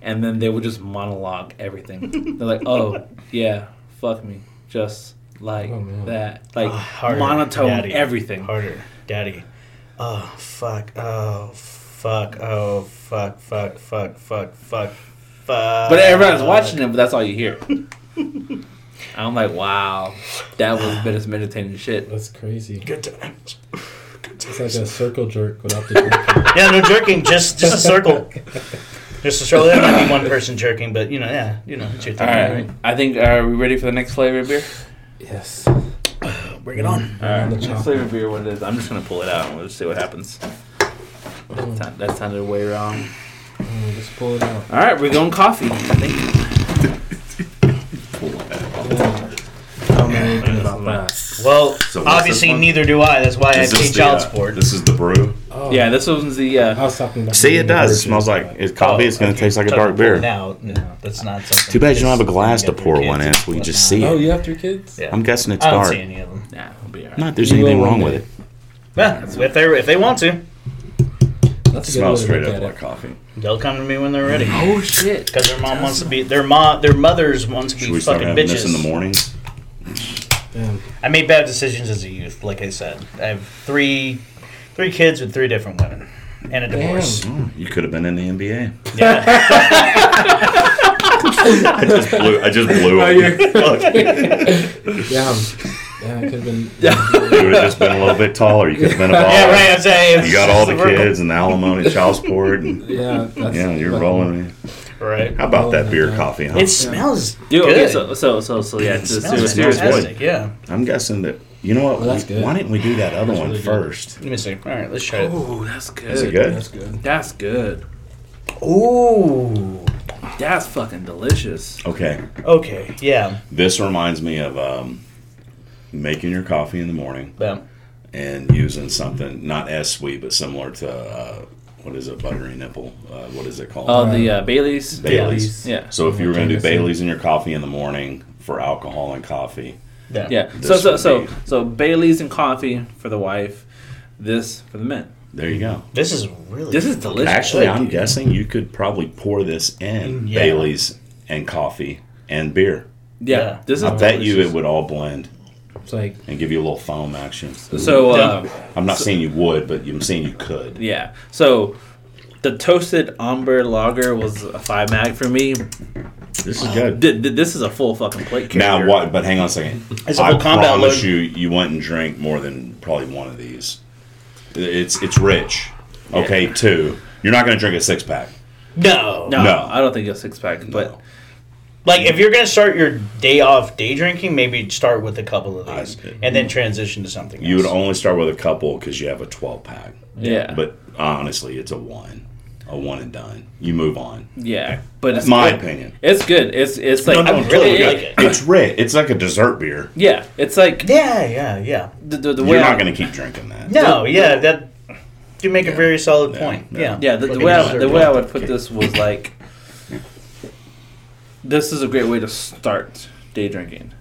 C: and then they would just monologue everything. They're like, oh yeah, fuck me, just like
A: Oh, man.
C: that, like
B: harder,
C: monotone
B: daddy.
C: everything.
B: harder, daddy. Oh fuck. Oh fuck. Oh fuck. Fuck. Fuck. Fuck. Fuck. Fuck.
C: But everyone's watching it, but that's all you hear. I'm like, wow, that was been as entertaining shit.
A: That's crazy.
B: Good times.
A: It's like a circle jerk without the jerk.
B: Yeah, no jerking. Just just a circle. Just a circle. There might be one person jerking, but you know, yeah, you know, it's your
C: All
B: thing.
C: right, I think are we ready for the next flavor of beer?
A: Yes. All
B: Bring it on.
A: right. The
C: Next
A: chop.
C: flavor of beer, what it is? I'm just gonna pull it out and we'll just see what happens. That sound- That sounded way wrong.
A: Mm, Just pull it out.
C: All right, we're going coffee. I think.
A: Yeah. I don't know anything about that.
B: Well,
D: So what's
B: obviously
D: this one?
B: neither do I. That's why I
D: Is this
B: say
D: the, uh,
B: child support.
D: This is the brew.
A: Oh,
C: Yeah, this one's the.
A: I
C: Uh,
A: was talking about.
D: See, it
A: the
D: does. It
A: virgin.
D: smells like it's coffee.
B: Oh,
D: It's gonna taste like a dark beer.
B: Now, no, that's not something.
D: Too bad you don't have a
B: that's-
D: glass
B: you
D: to
B: got
D: pour
B: kids
D: one in,
B: and
D: so we just
B: whatnot.
D: see
A: Oh,
D: it.
A: you have three kids?
B: Yeah.
D: I'm guessing it's
B: I don't
D: dark.
B: see any of them.
C: nah, it'll be alright.
D: Not there's
A: You
D: anything
A: will
D: wrong
A: one
D: with
A: day.
D: it.
B: Yeah, if they if they want to,
A: That's a good
D: Smells
A: way to
D: straight
A: look
D: up
A: at
D: like coffee.
B: they'll come to me when they're ready.
C: Oh shit!
B: Because their mom wants to be their mom their mothers want to
D: Should
B: be
D: we start
B: fucking
D: having this in the
B: bitches.
D: morning?
A: it. Damn.
B: I made bad decisions as a youth, like I said. I have three three kids with three different women. And a divorce.
D: Oh, you could have been in the NBA.
B: Yeah.
D: I just blew. I just blew.
A: Oh,
D: it. Fuck.
A: Damn. Yeah, it could have been.
D: You would have just been a little bit taller. You could have been a baller.
B: Yeah, right. I'm saying it's
D: You got all the
B: just a-
D: kids and the alimony, child support, and
A: Yeah, that's
D: yeah, you're
A: fucking-
D: rolling. Man.
B: Right.
D: How about that beer coffee? Huh?
B: It smells
C: Dude,
B: good.
C: okay, so so so so yeah.
B: It
C: Just
B: smells
C: serious, serious
B: fantastic,
C: point.
B: Yeah.
D: I'm guessing that you know what?
A: Well, that's
D: we-
A: good.
D: why didn't we do that other one
A: really good.
D: first?
B: Let me see. All right, let's try it.
C: Oh, that's good.
D: Is it good?
A: That's good.
C: That's good.
B: Ooh.
C: That's fucking delicious.
D: Okay.
B: Okay. Yeah.
D: This reminds me of um, making your coffee in the morning
B: Yeah.
D: and using something not as sweet but similar to uh, what is it? Buttery nipple. Uh, what is it called?
C: Oh, the uh, Bailey's.
D: Bailey's.
C: Yeah.
D: So if you were going to do
A: Jameson.
D: Bailey's in your coffee in the morning for alcohol and coffee,
B: Yeah.
C: Yeah. So
D: This
C: so
D: would
C: so
D: be-
C: so Bailey's and coffee for the wife. This for the men.
D: there you go.
B: This is really.
C: This is delicious.
D: Actually, I'm guessing you could probably pour this in
B: Yeah.
D: Bailey's and coffee and beer.
C: yeah,
B: yeah.
C: This is.
D: I bet you
C: delicious.
D: it would all blend
A: It's like
D: and give you a little foam action.
C: So uh,
D: I'm not saying you would, but I'm saying you could.
C: yeah. So the toasted amber lager was a five mag for me.
D: This is good.
C: Th- th- this is a full fucking plate.
D: Now
C: carrier.
D: what? But hang on a second.
B: It's a
D: I
B: full combat
D: promise
B: load.
D: you, you went and drank more than probably one of these. It's it's rich. Okay, two. You're not going to drink a six pack.
B: no.
C: No,
D: No.
C: I don't think it's six pack, but
D: No.
B: Like if you're gonna start your day off day drinking, maybe start with a couple of these,
D: I-
B: and then transition to something.
D: You would
B: else.
D: only start with a couple because you have a 12 pack.
C: yeah, but
D: But honestly, it's a one, a one and done. You move on.
C: yeah, but it's
D: My
C: good.
D: opinion.
C: It's good. It's it's like
B: No, no,
C: I'm
B: really
C: it-
B: good.
C: it-
D: It's rich. It's like a dessert beer.
C: Yeah, it's like
B: Yeah. Yeah. Yeah.
C: the, the, the way
D: You're
C: I,
D: not going to keep drinking that.
B: No. Yeah. That. You make a very solid
D: Yeah,
B: point.
D: yeah.
B: Yeah.
C: Yeah, the, the
B: Like a
C: way I,
B: dessert.
C: the way I would put this was like, this is a great way to start day drinking.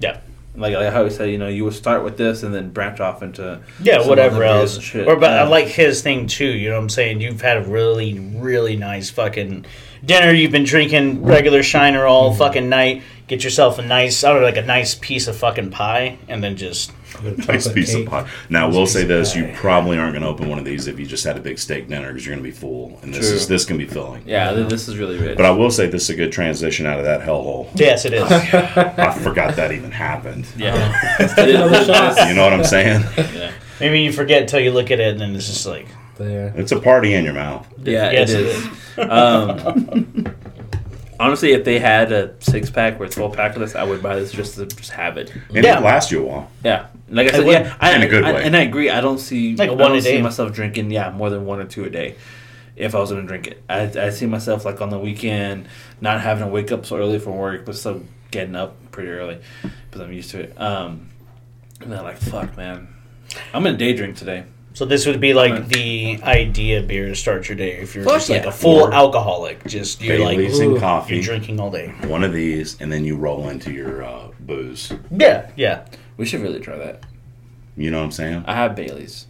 B: Yeah.
C: Like, like how you said, you know, you would start with this and then branch off into
B: Yeah,
C: some other
B: whatever
C: beers
B: else.
C: and shit.
B: Or but I
C: Yeah.
B: like his thing too. You know what I'm saying? You've had a really, really nice fucking dinner. You've been drinking regular Shiner all
D: Mm-hmm.
B: fucking night. Get yourself a nice, I don't know, like a nice piece of fucking pie, and then just
D: Nice
A: chocolate
D: piece
A: cake.
D: of pie. Now, we'll say this: you probably aren't going to open one of these if you just had a big steak dinner because you're going to be full, and this
C: True.
D: is this can be filling.
C: yeah, th- this is really rich.
D: But I will say this is a good transition out of that hellhole.
B: yes, it is.
D: I forgot that even happened.
C: yeah,
A: another shot.
D: You know what I'm saying?
B: Maybe you forget until you look at it, and then it's just like
A: There.
D: It's a party in your mouth.
C: yeah,
B: Yes,
C: it
B: it
C: is. Um, honestly, if they had a six pack or a twelve pack of this, I would buy this just to just have it.
D: And
B: Yeah.
D: it lasts you a while.
C: Yeah, like I
B: I
C: said,
B: would.
C: yeah, I,
D: In a good
C: I-
D: way.
C: and I agree. I don't see
B: Like
C: I
B: one
C: don't
B: a
C: see
B: day.
C: myself drinking. Yeah, more than one or two a day. If I was gonna drink it, I, I see myself like on the weekend, not having to wake up so early from work, but still getting up pretty early because I'm used to it. Um, and then like fuck, man, I'm gonna day drink today.
B: so. This would be like the idea beer to start your day if you're
C: Fuck
B: just like
C: yeah.
B: a full
D: Or-
B: alcoholic. Just you're like
D: Bailey's
A: ooh,
D: and
A: you're
D: coffee.
B: you're drinking all day.
D: one of these, and then you roll into your uh, booze.
B: Yeah, yeah.
C: We should really try that.
D: You know what I'm saying?
C: I have Bailey's.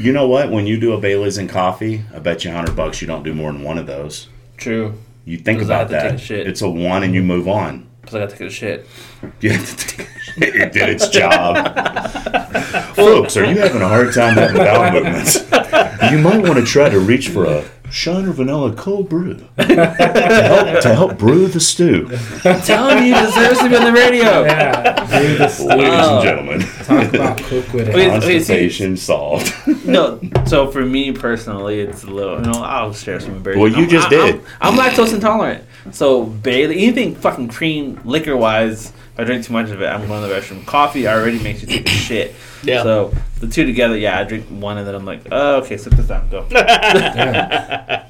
D: You know what? When you do a Bailey's and coffee, I bet you hundred bucks you don't do more than one of those.
C: True,
D: You think
C: Because I have
D: about
C: to take
D: that.
C: a shit.
D: It's a one, and you move on.
C: because I gotta take a shit.
D: You have to take. it did its job. Folks, are you having a hard time having bowel movements? You might want to try to reach for a Shiner Vanilla Cold Brew to help, to help brew the stew.
C: telling you, deserves to be on the radio.
A: Yeah. Dude, this
D: Ladies
C: Wow.
D: and gentlemen,
A: talk about cook with
C: Wait.
A: it.
D: constipation solved.
C: No, so for me personally, it's a little. You know, I'll share some embarrassing.
D: Well, you
C: I'm-
D: just
C: I-
D: did.
C: I'm, I'm lactose intolerant, so Bailey, anything fucking cream liquor wise, if I drink too much of it, I'm going to the restroom. Coffee already makes you take a shit.
B: Yeah.
C: So the two together, yeah, I drink one and then I'm like, oh, okay, sit this down, go.
A: Yeah.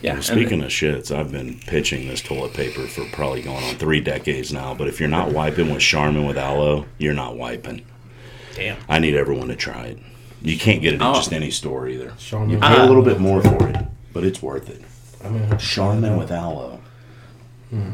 C: Yeah.
D: Well,
C: and
D: speaking of shits, I've been pitching this toilet paper for probably going on three decades now. But if you're not wiping with Charmin with aloe, you're not wiping.
B: Damn.
D: I need everyone to try it. You can't get it at
C: Oh.
D: just any store either.
A: Charmin.
D: You pay a
B: Uh.
D: little bit more for it, but it's worth it. Charmin with aloe.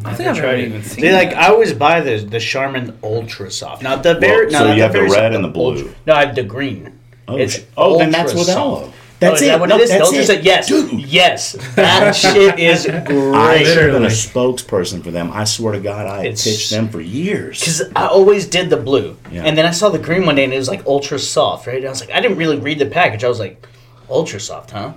C: I think I've already even seen.
B: See, like
C: that.
B: I always buy the the Charmin Ultra Soft, not the very.
D: Well,
B: no,
D: so
B: not
D: you have the
B: very
D: red
B: soft,
D: and the blue.
B: ultra- No, I have the green.
D: Oh,
B: It's
D: sh- oh then that's
B: ultra
D: with
B: soft.
D: aloe. That's
B: oh, is
D: it.
B: That what
D: No,
B: it is?
D: that's
B: Ultra
D: it.
B: Soft? Yes,
D: Dude.
B: yes, that shit is
D: I
B: great.
D: should have been a
A: Literally.
D: spokesperson for them. I swear to God, I had
B: It's-
D: pitched them for years.
B: Because I always did the blue,
D: Yeah.
B: and then I saw the green one day, and it was like ultra soft, right? And I was like, I didn't really read the package. I was like, ultra soft, huh?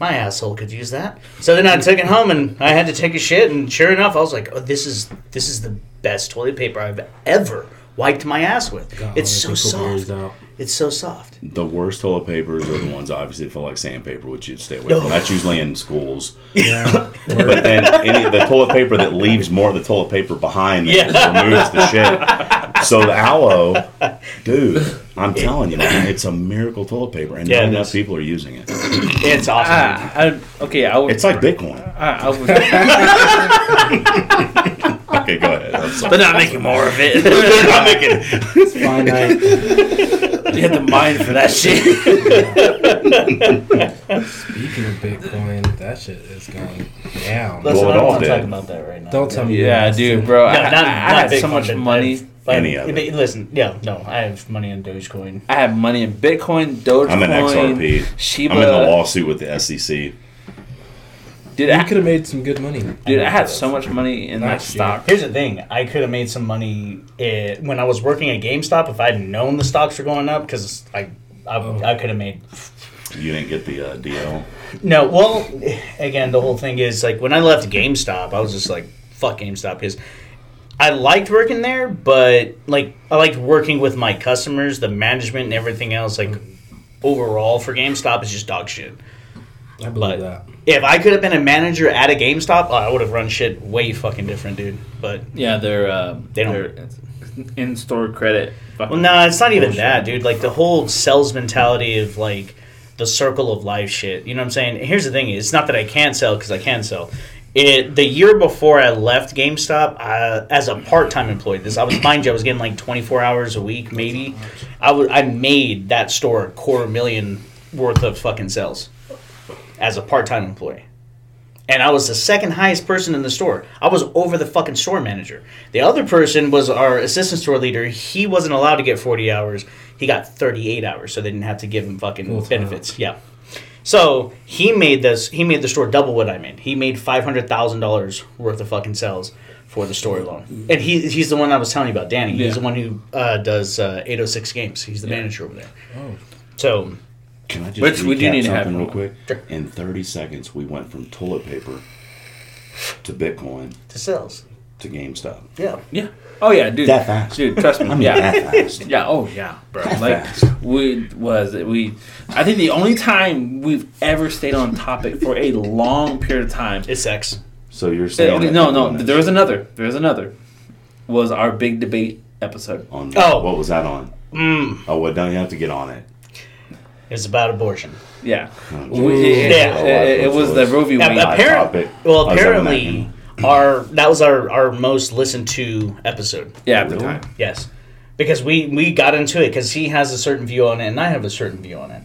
B: My asshole could use that. So then I took it home, and I had to take a shit, and sure enough, I was like, oh, this is this is the best toilet paper I've ever wiped my ass with.
A: God,
B: it's
A: I
B: so
A: think we'll be raised
B: soft.
A: out.
B: It's so soft.
D: The worst toilet papers are the ones obviously that feel like sandpaper, which you'd stay away
B: No.
D: from. That's usually in schools.
A: Yeah.
D: But then any the toilet paper that leaves more of the toilet paper behind that removes the shit. So the aloe, dude, I'm telling you, man, it's a miracle toilet paper, and
B: Yeah,
D: not
B: it
D: enough
B: is.
D: people are using it.
B: It's awesome.
F: I, okay, I would.
D: It's like Bitcoin.
F: I, I would.
D: Okay, go ahead. I'm sorry.
F: they're not making more of it.
D: I'm making-
A: It's finite.
F: you had the mind for that shit.
A: Speaking of Bitcoin, that shit is going down.
D: Let's- Blow it
B: I don't
D: all
B: wanna
D: dead.
B: talk about that right now.
A: Don't tell me.
F: Yeah,
A: that's
F: dude,
A: it.
F: bro.
B: No,
F: I,
B: not,
F: I, I
B: not
F: had so
B: Bitcoin,
F: much
B: but-
F: money.
B: but-
D: Any of it.
B: Listen, yeah, no, I have money in Dogecoin.
F: I have money in Bitcoin, Dogecoin,
D: I'm an XRP.
F: Shiba.
D: I'm in the lawsuit with the E SEC.
F: Dude,
A: You
F: I,
A: could have made some good money.
F: dude, I had so much money in that
A: Last year.
F: stock.
B: Here's the thing: I could have made some money eh, when I was working at GameStop if I'd known the stocks were going up because I, I, I could have made.
D: You didn't get the uh, DL.
B: No, well, eh, again, the whole thing is like when I left GameStop, I was just like, "Fuck GameStop," because I liked working there, but like I liked working with my customers, the management, and everything else. Like overall, for GameStop, it's just dog shit.
A: I
B: But
A: believe that.
B: if I could have been a manager at a GameStop, oh, I would have run shit way fucking different, dude. But
C: Yeah, they're uh,
B: They
C: they
B: don't-
C: are in store credit. fucking-
B: Well, no, it's not even that, dude. Like the whole sales mentality of like the circle of life shit. You know what I'm saying? Here's the thing: it's not that I can't sell because I can sell. It the year before I left GameStop, I, as a part time employee, this I was mind you, I was getting like 24 hours a week, maybe. I would I made that store a quarter million worth of fucking sales as a part time employee. And I was the second highest person in the store. I was over the fucking store manager. The other person was our assistant store leader. He wasn't allowed to get 40 hours. He got 38 hours, so they didn't have to give him fucking
A: Full time.
B: benefits. Yeah. So he made this. He made the store double what I made. He made five hundred thousand dollars worth of fucking sales for the store alone. And he he's the one I was telling you about, Danny. He's the one who uh, does uh, eight oh six games. He's the manager over there. So
D: Can I just
C: Which
D: recap
C: we do need to have
D: something
C: one.
D: real quick?
B: Sure.
D: In 30 seconds, we went from toilet paper to Bitcoin
B: to sales,
D: to GameStop.
B: yeah.
C: Yeah. Oh yeah, dude.
D: That fast.
C: Dude, trust me.
D: I mean,
C: yeah.
D: that fast.
C: Yeah. Oh yeah, bro.
D: That
C: Like
D: fast.
C: we was we. I think the only time we've ever stayed on topic for a long period of time.
B: It's sex.
D: So you're
C: Eh,
D: saying that
C: no, no.
D: Bitcoin is
C: There was another. There was another. Was our big debate episode?
D: on
B: Oh.
D: what was that on?
C: Mm.
D: Oh, well, don't you have to get on it?
B: It's about abortion.
C: Yeah.
D: Oh,
C: We- it,
B: Yeah.
C: it- it- it was the Roe v.
B: Yeah,
C: Wade.
B: but apparent-
D: topic.
B: well,
D: I was
B: apparently,
D: on
B: our that was our our most listened to episode.
C: Yeah, at the
D: Really?
C: time.
B: Yes, because we we got into it because he has a certain view on it and I have a certain view on it.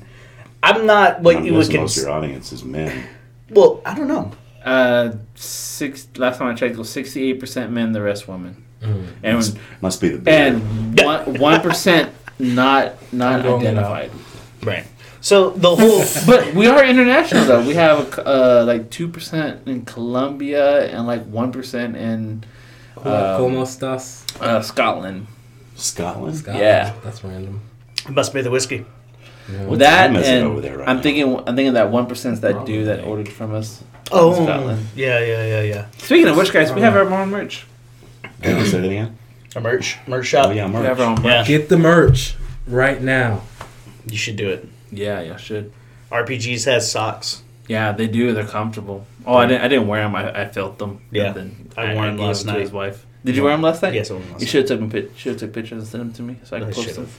B: I'm not what
D: I'm
B: you would
D: guessing most of
B: consider.
D: your audience is men.
B: Well, I don't know.
C: Uh, six. Last time I checked, it was sixty-eight percent men, the rest women, and
D: Must be the beard.
C: and one one percent not not
A: going
C: identified.
B: Right. So the whole
C: But we are international though. We have uh, like two percent in Colombia and like one percent in
D: uh,
C: um,
A: Como- como estas?
C: uh, Scotland.
D: Scotland?
A: God,
C: Yeah.
A: That's random.
B: it must be the whiskey.
C: that
D: time is it
C: and
D: over there right
C: I'm
D: now?
C: thinking I'm thinking that one percent is that dude that ordered from us.
B: Oh,
C: Scotland.
B: yeah, yeah, yeah, yeah.
C: Speaking of which, guys, we have our own merch.
D: Can I say that again?
B: A merch merch shop.
D: Oh, yeah,
C: We have our
D: merch.
C: own merch.
B: Yeah,
A: Get the merch right now.
B: you should do it.
C: Yeah, yeah, should.
B: RPGs has socks.
C: Yeah, they do. They're comfortable. Oh, I didn't. I didn't wear them. I, I felt them.
B: Yeah.
C: And then
B: I wore 'em
C: gave
B: last
C: To
B: night.
C: his wife. Did you wear them last night?
B: Yes, I wore 'em last
C: you should have took pic- should have took pictures and sent them to me so I could
B: I
C: post
B: should've.
C: them.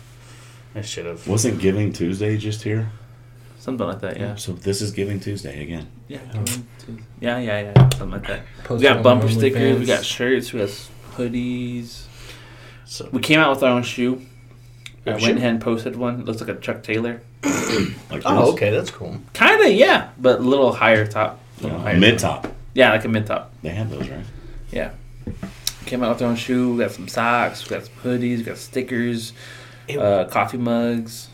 B: I should have.
D: Wasn't Giving Tuesday just here?
C: Something like that. Yeah.
D: So this is Giving Tuesday again.
C: Yeah. Yeah. Yeah. Yeah. yeah. Something like that.
A: Post
C: we
A: it
C: got
A: on
C: bumper
A: our
C: stickers. We
A: OnlyFans.
C: got shirts. We got s- hoodies.
B: So
C: We came out with our own shoe. I
B: Your
C: went
B: shoe?
C: ahead and posted one. It looks like a Chuck Taylor.
D: Like
B: Oh,
D: this?
B: okay, that's cool.
C: Kinda, yeah, but a little higher top. Little
D: Yeah,
C: higher
D: Uh, Mid top.
C: Yeah, like a mid top.
D: They have those, right?
C: Yeah. Came out with our own shoe. We got some socks. We got some hoodies. We got stickers.
B: It-
C: uh, coffee mugs.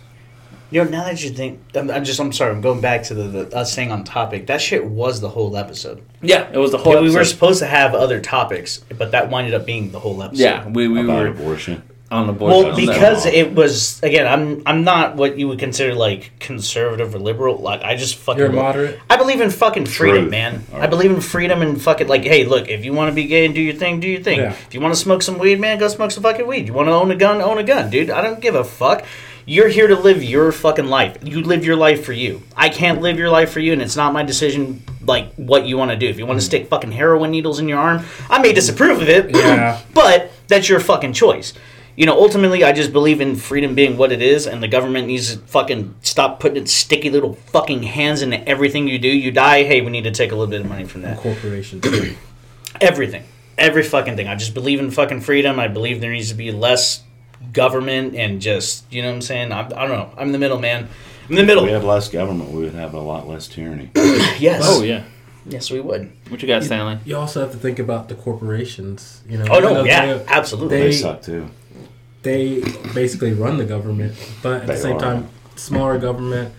B: You know, now that you think, I'm, I'm just, I'm sorry, I'm going back to the, the us staying on topic. That shit was the whole episode.
C: Yeah, it was the whole.
B: we were
C: episode.
B: supposed to have other topics, but that winded up being the whole episode.
C: Yeah, we we
D: About
C: were.
D: abortion.
E: on the board.
B: Well, because it was again, I'm I'm not what you would consider like conservative or liberal. Like I just fucking
A: You're moderate.
B: I believe in fucking freedom,
D: Truth.
B: man.
D: All
B: I
D: right.
B: believe in freedom and fucking like, hey, look, if you want to be gay and do your thing, do your thing.
A: Yeah.
B: If you want to smoke some weed, man, go smoke some fucking weed. You want to own a gun, own a gun, dude. I don't give a fuck. You're here to live your fucking life. You live your life for you. I can't live your life for you, and it's not my decision. Like what you want to do. If you
D: Mm.
B: want to stick fucking heroin needles in your arm, I may disapprove of it.
A: Yeah.
B: But that's your fucking choice. You know, ultimately, I just believe in freedom being what it is, and the government needs to fucking stop putting its sticky little fucking hands into everything you do. You die, hey, we need to take a little bit of money from that.
A: Corporations.
B: Everything. Every fucking thing. I just believe in fucking freedom. I believe there needs to be less government and just, you know what I'm saying? I, I don't know. I'm the middle, man. I'm the
D: If we
E: Oh,
B: middle.
D: had less government, we would have a lot less tyranny.
B: Yes.
E: Oh yeah.
B: Yes, we would.
E: What you got, Stanley?
A: you also have to think about the corporations. You know.
B: Oh,
A: even
B: no.
A: though
B: Yeah,
A: they-
B: absolutely.
D: They
A: They-
D: suck too.
A: they basically run the government, but at the
D: They
A: same
D: are.
A: time, smaller government,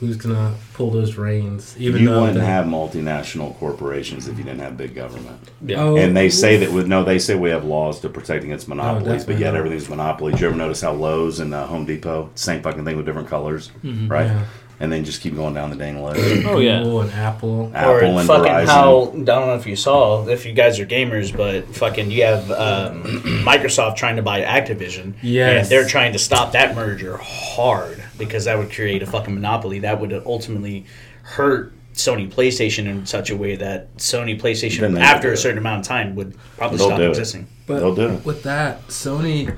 A: who's gonna pull those reins? Even
D: You
A: though
D: wouldn't
A: they-
D: have multinational corporations if you didn't have big government.
A: Oh,
D: And they say that with no, they say we have laws to protect against monopolies, but yet
A: definitely.
D: everything's monopolies. You ever notice how Lowe's and uh, Home Depot same fucking thing with different colors, right?
A: Mm-hmm. Yeah.
D: And then just keep going down the dang list.
E: Oh yeah.
A: Google and Apple.
D: Apple
B: or
D: and
B: fucking
D: Verizon.
B: how I don't know if you saw if you guys are gamers, but fucking you have um, Microsoft trying to buy Activision.
A: Yes.
B: and they're trying to stop that merger hard because that would create a fucking monopoly that would ultimately hurt Sony PlayStation in such a way that Sony
D: Then
B: PlayStation
D: they
B: after
D: would do
B: a
D: it.
B: certain amount of time would probably
D: They'll
B: stop
D: do it.
B: existing.
A: But
D: They'll do it.
A: with that, Sony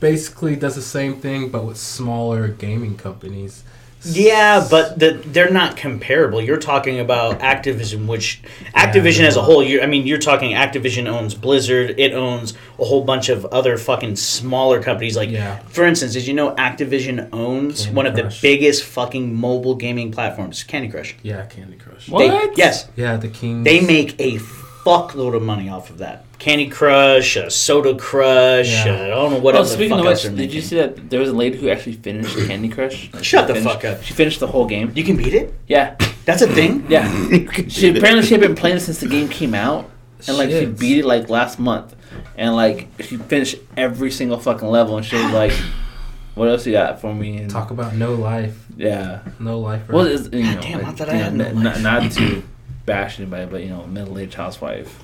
A: basically does the same thing, but with smaller gaming companies.
B: Yeah, but the, they're not comparable. You're talking about Activision, which Activision as a whole. You, I mean, you're talking Activision owns Blizzard. It owns a whole bunch of other fucking smaller companies. Like,
A: Yeah.
B: for instance, did you know Activision owns
A: Candy
B: one of
A: Crush.
B: the biggest fucking mobile gaming platforms, Candy Crush?
A: Yeah, Candy Crush.
B: They-
E: What?
B: yes,
A: Yeah, the King.
B: they make a fuckload of money off of that. Candy Crush, uh, Soda Crush.
A: Yeah.
B: Uh, I don't know what
E: Well,
B: else. the
E: Oh, speaking
B: fuck
E: of
B: else
E: which,
B: they're
E: did you
B: making.
E: see that there was a lady who actually finished Candy Crush? Like,
B: Shut
E: she
B: the
E: finished-
B: fuck up.
E: She finished the whole game.
B: You can beat it.
E: Yeah,
B: That's a
A: Mm.
B: thing.
E: yeah. She apparently she had been playing since the game came out, and like she
A: Shit.
E: beat it like last month, and like she finished every single fucking level, and she was like, "What else you got for me?" And,
A: Talk about no life,
E: yeah.
A: no life.
E: Well, it's, you know,
B: Goddamn, I
E: like,
B: thought I
E: you know,
B: had no
E: n- not, not to bash anybody, but you know, middle-aged housewife.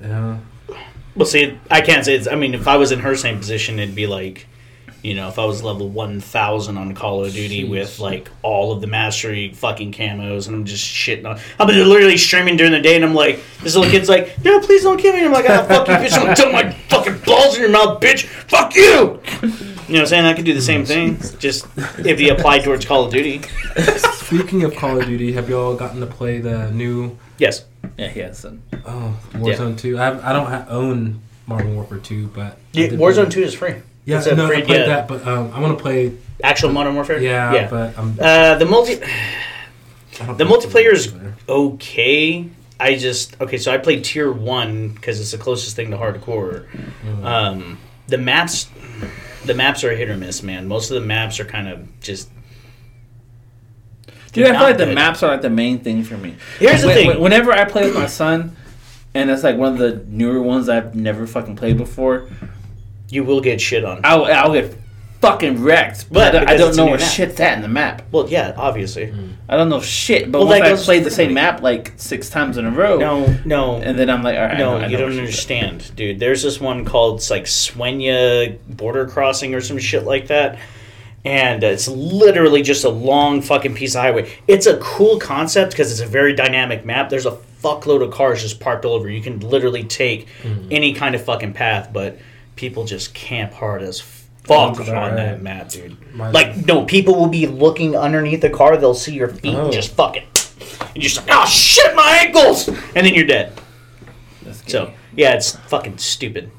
A: yeah.
B: Well, see, I can't say it's. I mean, if I was in her same position, it'd be like, you know, if I was level 1,000 on Call of Duty with, like, all of the mastery fucking camos, and I'm just shitting on. I'm literally streaming during the day, and I'm like, this little kid's like, no, please don't kill me. And I'm like, ah, fuck you, bitch. I'm gonna dump my fucking balls in your mouth, bitch. Fuck you. You know what I'm saying? I could do the same thing, just if you applied towards Call of Duty.
A: Speaking of Call of Duty, have y'all gotten to play the new
B: Yes.
E: Yeah, he has son.
A: oh Warzone Two? I, I don't ha- own Modern Warfare Two, but I
B: Yeah,
A: did play-
B: Warzone 2 is free.
A: Yeah,
B: It's a
A: no,
B: free-
A: I played
B: yeah.
A: that, but um, I want to play.
B: Actual Modern Warfare?
A: Yeah, but I'm
B: uh, the multi.
A: I don't
B: The
A: think
B: multiplayer is
A: multiplayer.
B: okay. I just okay. So I played tier one because it's the closest thing to hardcore. Um, the maps, the maps are hit or miss, man. Most of the maps are kind of just.
E: Dude, I feel like
B: Not
E: the
B: good.
E: maps are like the main thing for me.
B: Here's the
E: When-
B: thing.
E: when- Whenever I play with my son, and it's like one of the newer ones I've never fucking played before,
B: You will get shit on.
E: I'll, I'll get fucking wrecked. But
B: But
E: I, I
B: because
E: don't
B: it's
E: know
B: in your
E: where
B: map.
E: shit's at in the map.
B: Well, yeah, obviously.
E: I don't know shit. But
B: Well,
E: once
B: that
E: I
B: goes
E: played the
B: for
E: same
B: me.
E: map like six times in a row,
B: No, no,
E: and then I'm like, all right,
B: no.
E: I know, I
B: you
E: know
B: don't
E: where shit's at.
B: understand, dude. There's this one called it's like Swenya border crossing or some shit like that. and it's literally just a long fucking piece of highway. It's a cool concept because it's a very dynamic map. There's a fuckload of cars just parked all over. You can literally take
E: Hmm.
B: any kind of fucking path, but people just camp hard as fuck
A: Sounds
B: on
A: about right.
B: that map, dude.
A: My-
B: like, no, people will be looking underneath the car. They'll see your feet
A: Oh.
B: and just fucking. And you're just like, oh shit, my ankles! And then you're dead. So, yeah, it's fucking stupid.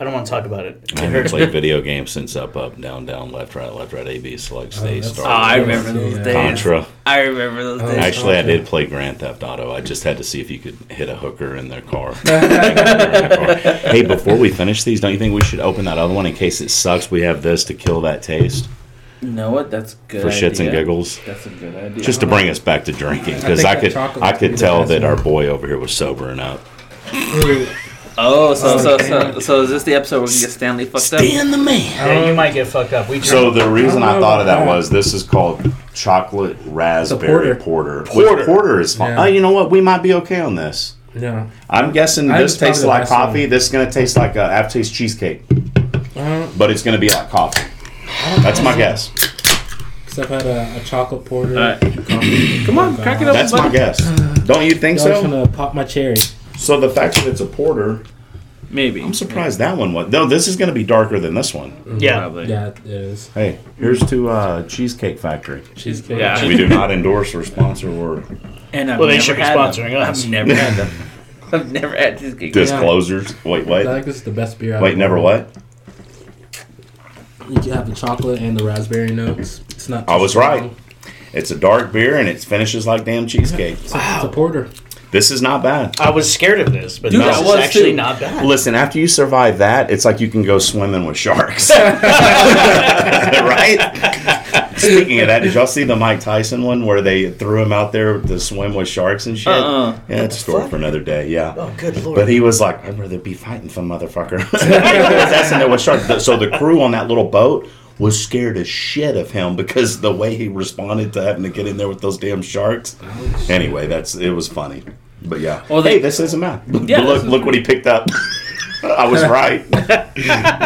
B: I don't want to talk about it.
D: I
B: It
D: haven't
B: hurts
D: played video games since up, up, down, down, left, right, left, right, A, B, select, stay,
A: that's-
E: Oh, I
D: start.
E: remember those
A: Yeah.
E: days.
D: Contra.
E: I remember those
A: Oh.
E: days.
D: Actually, I did play Grand Theft Auto. I just had to see if you could hit a hooker in their car. hey, before we finish these, don't you think we should open that other one in case it sucks? We have this to kill that taste
E: You know what? That's a good.
D: for shits and
E: idea.
D: giggles.
E: That's a good idea.
D: Just to bring us back to drinking, because
A: I think that
D: I, could
A: chocolate
D: I
A: would be
D: could
A: the
D: tell
A: best
D: that
A: one.
D: our boy over here was sobering up.
A: Ooh,
C: Oh, so so, so so is this the episode where we get Stanley fucked up?
B: the man.
G: Yeah, you might get fucked up. We
D: So the reason
A: I
D: I,
A: don't know
D: thought of that
A: about that.
D: was this is called chocolate raspberry porter.
G: Porter.
D: Which porter is fine.
A: Yeah.
D: Oh, you know what? We might be okay on this.
A: No.
D: I'm guessing
A: I
D: this
A: was probably
D: tastes
A: the
D: like
A: last one.
D: coffee. This is gonna taste like a aftertaste cheesecake,
A: Uh,
D: but it's gonna be like coffee. That's my guess.
A: Because I've had a, a chocolate porter.
C: Alright.
A: coffee.
C: Come on, crack it open,
D: That's my
C: buddy.
D: guess. Don't you think
A: Y'all just
D: so?
A: gonna pop my cherry.
D: So the fact that it's a porter,
C: Maybe.
D: I'm surprised that one was. No, this is gonna be darker than this one.
B: Yeah.
C: Probably.
A: Yeah, it is.
D: Hey, here's to uh, Cheesecake Factory.
A: Cheesecake.
C: Yeah.
D: We do not endorse or sponsor or
C: And I've
B: Well, they
C: never
B: should be
C: had
B: sponsoring
C: them.
B: us.
C: I've never had them. I've never had cheesecake.
D: disclosures. Wait,
A: I
D: wait,
A: think this is the best beer I've
D: wait. Never what?
A: You can have the chocolate and the raspberry notes. It's not.
D: I
A: too
D: was
A: strong.
D: right. It's a dark beer and it finishes like damn cheesecake.
A: It's a porter.
D: This is not bad.
B: I was scared of this, but
C: Dude,
B: this
C: I
B: is
C: was
B: actually
C: too.
B: not bad.
D: Listen, after you survive that, it's like you can go swimming with sharks. right? Speaking of that, did y'all see the Mike Tyson one where they threw him out there to swim with sharks and shit?
C: Uh-uh.
D: Yeah, it's a story
B: fuck?
D: for another day, yeah.
B: Oh, good lord.
D: But he was like, I'd rather be fighting some motherfucker. That's in there with sharks. So the crew on that little boat was scared as shit of him because the way he responded to having to get in there with those damn sharks. Anyway, that's it was funny. But yeah.
C: Well,
D: hey,
C: they-
D: this isn't bad.
C: Yeah,
D: But look
C: this is-
D: look what he picked up. I was right.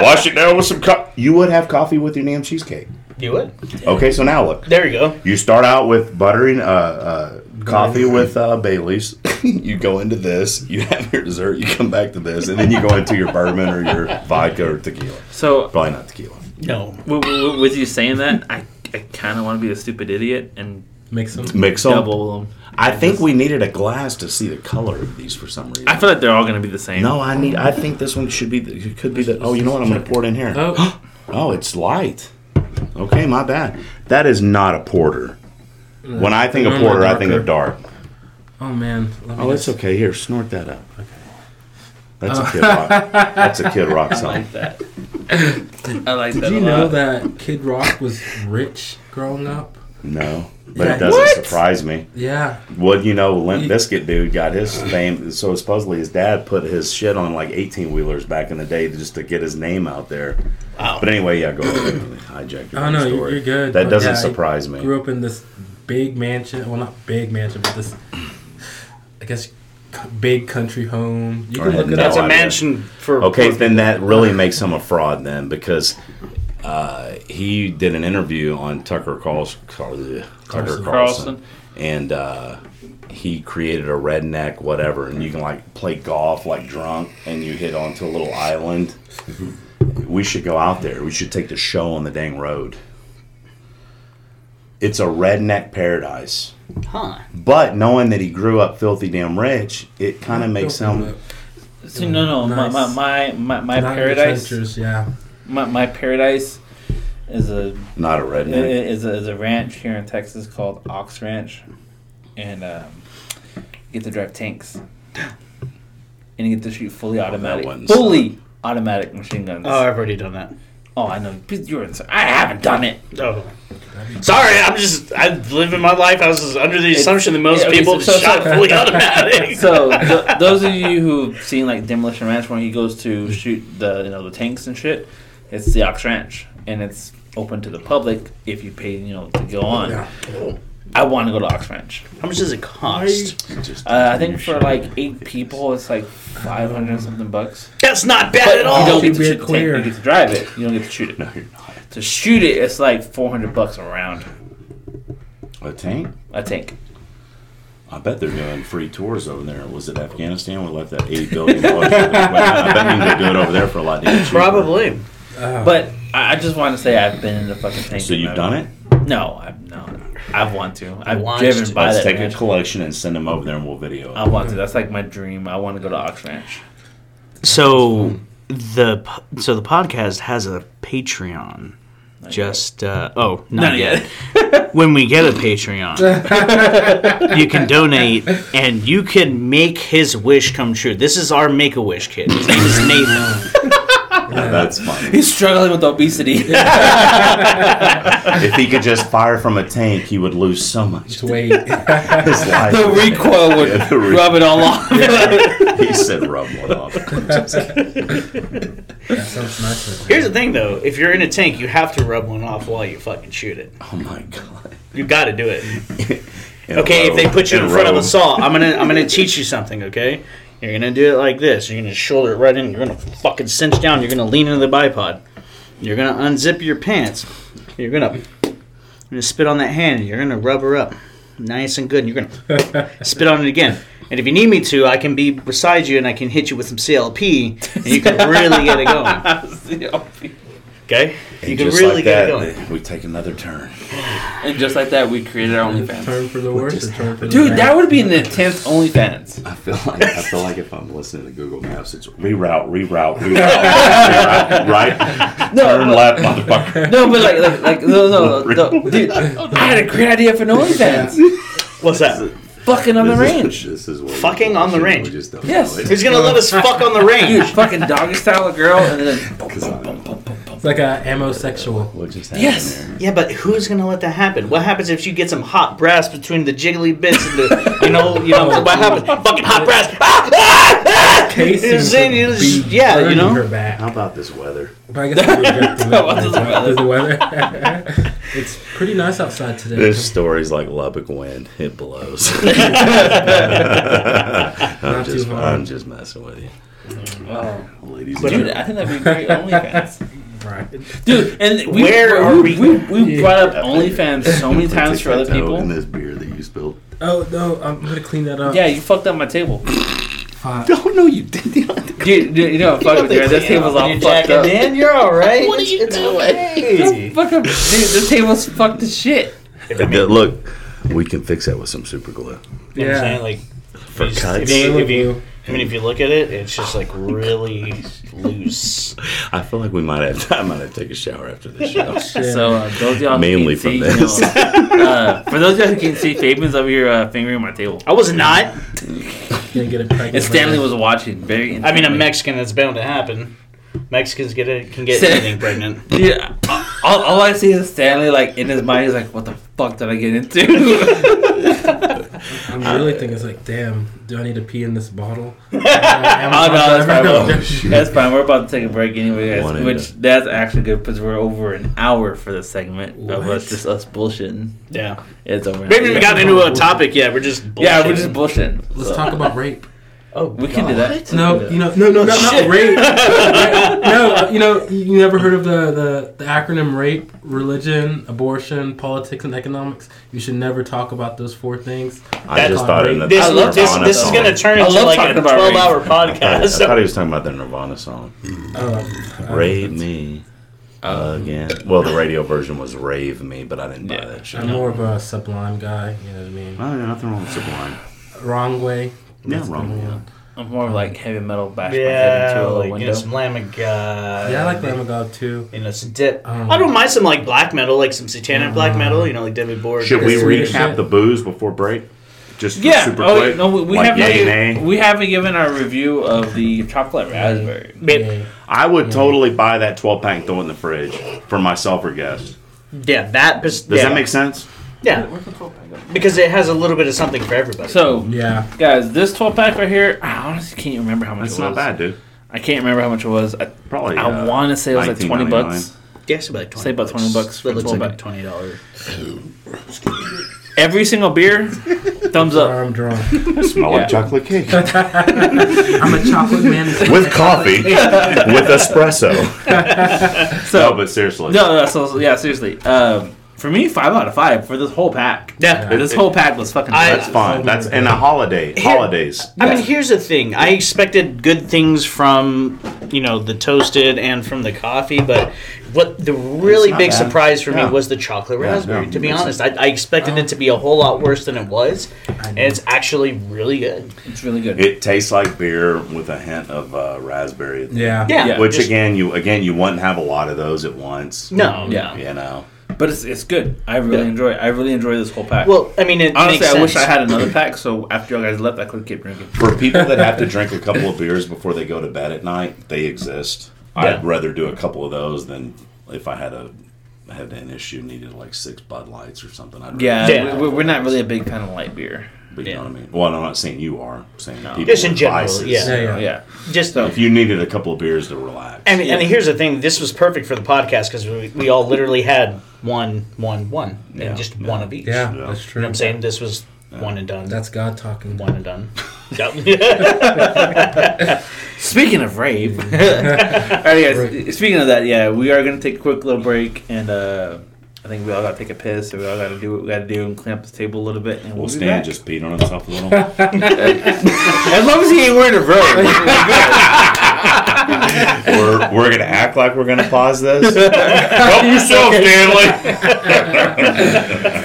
D: Wash it down with some co- You would have coffee with your damn cheesecake.
B: You would.
D: Okay, so now look.
B: There you go.
D: You start out with buttering uh, uh, coffee with uh, Bailey's. you go into this. You have your dessert. You come back to this, and then you go into your bourbon or your vodka or tequila.
C: So
D: Probably not tequila.
B: No.
C: w- w- w- with you saying that, I, I kind of want to be a stupid idiot and
A: Mix them.
D: Mix them.
C: double them.
D: I think we needed a glass to see the color of these for some reason.
C: I feel like they're all going to be the same.
D: no, I need. I think this one should be. The, it could be the. Oh, you know what? I'm gonna pour it in here.
A: Oh,
D: Oh, it's light. Okay, my bad. That is not a porter. When I think of
A: Normally
D: porter, I think of
A: darker.
D: dark.
A: oh man. Let me
D: Oh, that's
A: just-
D: okay. Here, snort that up. Okay. That's
A: Oh.
D: a kid rock. That's a kid rock
C: I
D: song.
C: like that. I like that.
A: Did you
C: a
A: know
C: lot.
A: that Kid Rock was rich growing up?
D: No, but
A: Yeah.
D: it doesn't
G: What?
D: surprise me.
A: Yeah.
D: Well, you know, Limp
A: You-
D: Biscuit dude got his fame. So supposedly his dad put his shit on like eighteen wheelers back in the day just to get his name out there.
B: Wow.
D: But anyway, yeah, go ahead. Hijack your
A: Oh, no,
D: own
A: you're-
D: story.
A: you're good.
D: That
A: But
D: doesn't
A: yeah, I
D: surprise me.
A: Grew up in this big mansion. Well, not big mansion, but this, I guess, c- big country home. You
D: Or
A: can look
D: had
A: it
B: That's
A: up.
B: a
D: no idea.
B: mansion for.
D: Okay,
B: for-
D: then that really makes him a fraud then because uh, he did an interview on Tucker Carlson, Carl- Tucker
A: Carlson.
D: Carlson,
C: Carlson.
D: and uh, he created a redneck whatever, and you can like play golf like drunk, and you hit onto a little island. We should go out there. We should take the show on the dang road. It's a redneck paradise.
B: Huh.
D: But knowing that he grew up filthy damn rich, it kind of makes him.
C: See, no, no, my,
A: Nice.
C: my, my, my, my
A: Not
C: paradise,
A: adventures, Yeah.
C: my, my paradise is a
D: Not a redneck.
C: is a, is a ranch here in Texas called Ox Ranch, and um, you get to drive tanks, and you get to shoot fully automatic,
D: wasn't
C: fully automatic machine guns.
B: Oh, I've already done that.
C: oh, I know you're inside. I haven't done it.
B: Oh. Sorry, I'm just. I'm living my life. I was just under the assumption that most
C: yeah, okay,
B: people
C: so- so-
B: shot
C: so-
B: fully automatic.
C: So th- those of you who've seen like Demolition Ranch when he goes to shoot the you know the tanks and shit, it's the Ox Ranch, and it's open to the public if you pay you know to go on.
A: Yeah.
C: I want to go to Ox Ranch.
B: How much does it cost?
C: Uh, I think for like eight people, it's like five hundred and something bucks.
B: That's not bad
C: But
B: at
C: you
B: all.
C: don't get
A: Should
C: to
A: be
C: shoot the tank.
A: clear.
C: You get to drive it. You don't get to shoot it. No, you're not. To shoot it, it's like four hundred bucks a round.
D: A tank.
C: A tank.
D: I bet they're doing free tours over there. Was it Afghanistan? We left that eight billion dollars. I bet you they do it over there for a lot cheaper.
B: Probably.
C: But I I just want to say I've been in a fucking tank.
D: Oh. So you've done it.
C: No, I've not. I've want to. I've
B: Launched.
C: driven by
D: Let's
C: that.
D: take
C: ranch.
D: a collection and send them over there, and we'll video.
C: I
D: It.
C: want to. That's like my dream. I want to go to Ox Ranch.
B: So the po- so the podcast has a Patreon. Just uh, oh, not, yet. when we get a Patreon, you can donate and you can make his wish come true. This is our Make a Wish kid. His name is Nathan.
D: that's funny.
C: He's struggling with obesity.
D: If he could just fire from a tank, he would lose so much
A: Just
D: of
A: wait.
D: his life.
C: the recoil would
D: Yeah, the re-
C: rub it all off.
D: He said, "Rub one off."
A: that sounds nice.
B: Here's the thing, though. If you're in a tank, you have to rub one off while you fucking shoot it.
D: Oh my god.
B: You got to do it.
D: In
B: Okay,
D: row,
B: if they put you in, front of
D: row.
B: a saw, I'm gonna I'm gonna teach you something. Okay, you're gonna do it like this. You're gonna shoulder it right in. You're gonna fucking cinch down. You're gonna lean into the bipod. You're gonna unzip your pants. You're gonna you're gonna spit on that hand. You're gonna rub her up, nice and good. And you're gonna spit on it again. And if you need me to, I can be beside you and I can hit you with some CLP, and you can really get it going. Okay, you
D: And
B: can
D: just
B: really
D: like
B: get
D: that,
B: it going.
D: we take another turn.
C: and just like that, we created our OnlyFans.
A: Turn for the worst or turn for the
C: Dude,
A: better?
C: that would be an intense OnlyFans.
D: I feel like I feel like if I'm listening to Google Maps, it's reroute, reroute, reroute, reroute right, turn left, motherfucker.
C: No, but like, like, like no, no, no, no. dude, I had a great idea for an OnlyFans.
B: What's that?
C: Fucking on the
D: This is-
C: range.
D: This is what
B: Fucking on the
D: shit we
B: range.
D: just don't
C: Yes.
D: know it.
B: Who's gonna let us fuck on the
C: Dude,
B: range?
C: fucking doggy style a girl, and then
D: 'Cause I'm-
A: It's like a amosexual.
D: What just happened
C: yes,
D: there?
B: Yeah, but who's gonna let that happen? What happens if she gets some hot brass between the jiggly bits and the, you know, you know what happens? Fucking hot brass! Ah, ah, ah! You know what I'm
A: Casey
B: saying? You
A: would
B: just-
A: be
B: yeah, you
A: burning
B: know.
A: her back.
D: How about this weather?
A: But I guess we reject the
C: What is the
A: weather. Is the weather? it's pretty nice outside today.
D: This story's like Lubbock wind. It blows. I'm
A: Not too
D: just,
A: hard.
D: I'm just messing with you,
C: oh,
D: ladies. and
C: dude,
D: gentlemen.
C: I think that'd be great OnlyFans,
A: Right.
C: dude. And we,
B: Where are
C: we? We, we, brought up OnlyFans so many times for other
D: Take that toe In
C: people.
D: this beer that you spilled.
A: Oh no, I'm gonna clean that up.
C: Yeah, you fucked up my table,
A: Fuck.
D: Don't know you did. You don't have to
C: dude. dude you know, what, fuck with you. This table's all fucked up.
B: Dan, you're all right. What are you doing?
C: Fuck up, dude. This table's fucked to shit.
D: Yeah, look, we can fix that with some super glue
A: Yeah.
B: Like,
D: for
B: Just-
D: cuts.
B: if
A: Blue
B: If you-
A: glue.
B: I mean, if you look at it, it's just like really loose.
D: I feel like we might have. I might have to take a shower after this show.
A: Yeah.
C: So uh, those of y'all who
D: Mainly
C: can't see,
D: from this.
C: you know, uh, for those of y'all who can see, Fabian's over here uh, fingering my table.
B: I was not.
A: Gonna get it pregnant
C: And Stanley
A: later.
C: was watching. Very.
B: I mean,
C: intently.
B: I'm Mexican. That's bound to happen. Mexicans get it can get
C: Say-
B: anything pregnant.
C: Dude, all, all I see is Stanley like in his mind. He's like, "What the fuck did I get into?"
A: I'm really thinking it's like, damn, do I need to pee in this bottle? oh no,
C: oh no, that's fine.
D: Oh,
C: We're-
D: shoot.
C: That's fine. We're about to take a break anyway,
D: One
C: guys,
D: and
C: which
D: done.
C: that's actually good because we're over an hour for this segment of
A: What?
C: us just us bullshitting.
B: Yeah.
C: It's over.
B: We haven't even gotten into a topic yet. We're just
C: yeah, we're
B: bullshitting.
C: just bullshitting.
A: Let's
C: So,
A: talk about rape.
B: Oh,
C: We can do that.
A: No, you know, no, no, no, not rape. no, you know, you never heard of the, the, the acronym rape, religion, abortion, politics, and economics. You should never talk about those four things.
D: I just thought of
A: That's
D: the
B: This,
C: I love
B: this,
C: talking
B: this is
C: about
B: going to
C: rape.
B: turn
C: I
B: into
C: love
B: like
C: talking
B: a
C: about
B: 12
C: rape.
B: hour
D: I
B: podcast.
D: thought he was talking about the Nirvana song.
A: Uh,
D: Rave me again. Well, the radio version was "Rave Me," but I didn't buy
C: Yeah.
D: that shit.
A: I'm more of a sublime guy. You know what I mean?
D: Well, nothing wrong with Sublime.
A: Wrong way.
D: Yeah,
A: That's
D: wrong.
A: the
D: Yeah.
A: one.
C: I'm more of like heavy metal bash my head
B: yeah,
C: into a
B: like, you know,
C: window.
B: some Lamb of God.
A: Yeah, I like Lamb of God too.
B: You know, some dip.
A: Um, Uh,
B: I don't mind some like black metal, like some satanic black metal, you know, like David Borg.
D: Should we
A: It's Swedish
D: recap
A: shit.
D: the booze before break? Just
C: Yeah.
D: super
C: oh,
D: quick.
C: no, we, we
D: like
C: haven't.
D: yay,
C: given-
D: nay?
C: we haven't given our review of the chocolate raspberry.
A: Yeah.
D: I would totally buy that 12 pack and throw it in the fridge for myself or guests.
B: Yeah, that. Does
D: Does
B: yeah.
D: that make sense?
B: Yeah, because it has a little bit of something for everybody.
C: So,
A: Yeah.
C: guys, this 12 pack right here, I honestly can't remember how much
D: That's
C: it was.
D: not bad, dude.
C: I can't remember how much it was. I,
D: Probably. uh,
C: I want to say it was like 20 bucks.
B: yeah, it's about twenty.
C: Say about 20 bucks for
B: That looks
C: twelve
B: like
C: pack.
B: twenty dollars.
C: Every single beer, thumbs up.
A: I'm drunk.
D: Smell
C: Yeah.
D: like chocolate cake.
A: I'm a chocolate man.
D: with coffee, with espresso.
C: So,
D: No, but seriously.
C: no, no, so, so, yeah, seriously. Um, for me, five out of five for this whole pack.
B: Yeah.
C: This whole pack was fucking.
B: I-
C: delicious.
D: That's fine. That's and a holiday. Holidays.
B: I mean, here's the thing. I expected good things from, you know, the toasted and from the coffee, but what the really
D: It's not
B: big
D: bad.
B: surprise for
D: Yeah.
B: me was the chocolate
D: Yeah,
B: raspberry.
D: no,
B: to be
D: it's- Oh.
B: honest, I, I expected it to be a whole lot worse than it was, and it's actually really good.
C: It's really good.
D: It tastes like beer with a hint of uh, raspberry. at the
A: Yeah.
B: Yeah,
C: Yeah.
D: Which
B: just-
D: again, you again you wouldn't have a lot of those at once.
B: no,
C: Yeah.
D: You know.
C: But it's, it's good. I really enjoy it. I really enjoy this whole pack.
B: Well, I mean, it
C: honestly,
B: makes
C: I wish I
B: sense.
C: had another pack. So after y'all guys left, I could keep drinking.
D: For people that have to drink a couple of beers before they go to bed at night, they exist. I'd rather do a couple of those than if I had a had an issue needed like six Bud Lights or something. I'd rather
C: Yeah,
B: Yeah.
C: We, we're not really a big fan of light beer.
D: But you know what I mean? Well, I'm not saying you are. I'm saying people
B: Just in
D: with
B: general,
D: vices.
B: yeah. Yeah,
A: yeah.
C: Yeah.
B: Just the.
D: If you needed a couple of beers to relax,
B: And, and here's the thing: this was perfect for the podcast because we, we all literally had one, one, one, and
D: Yeah.
B: just
D: Yeah.
B: one of each.
A: Yeah,
D: Yeah.
A: that's
B: You
A: true.
B: know what I'm saying? This was one and done.
A: That's God talking.
B: one and done. Yep.
C: Speaking of rave, all right, guys. Speaking of that, yeah, we are gonna take a quick little break, and uh, I think we all gotta take a piss, so we all gotta do what we gotta do and clean up the table a little bit, and we'll,
D: well,
C: be
D: Stan
C: back.
D: just peed on himself a little.
C: as long as he ain't wearing a robe.
D: we're we're gonna act like we're gonna pause this. Help yourself, Stanley.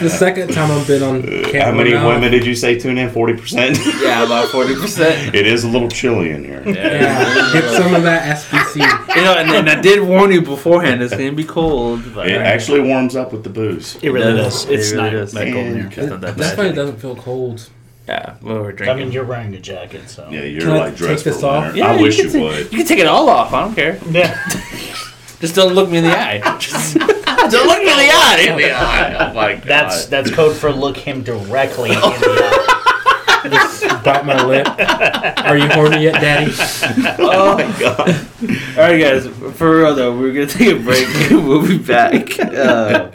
A: The second time I've been on camera.
D: How many
A: now.
D: women did you say tune in? Forty percent.
C: yeah, about forty percent.
D: It is a little chilly in here.
A: Yeah, get some of that SBC.
C: You know, and, and I did warn you beforehand. It's gonna be cold. But
D: It actually warms up with the booze.
B: it really does. It's
C: it really
B: not.
C: does.
B: that
C: It's
B: cold.
D: Man,
C: It's not that bad.
A: Definitely doesn't feel cold.
C: Yeah, well, we're drinking.
B: I mean, you're wearing a jacket, so
D: Yeah, you're
A: Can I
D: like
A: take
D: dressed
A: this
D: for
A: off?
D: winter.
C: Yeah,
D: I wish
C: can
D: you
C: take-
D: would.
C: You can take it all off. I don't care.
B: yeah.
C: Just don't look me in the eye. Just, don't look me in the eye. In the eye. Oh my God.
B: That's that's code for look him directly in the eye.
A: Bite my lip. Are you horny yet, Daddy?
C: Oh my god! All right, guys. For real though, we're gonna take a break. and We'll be back. Uh,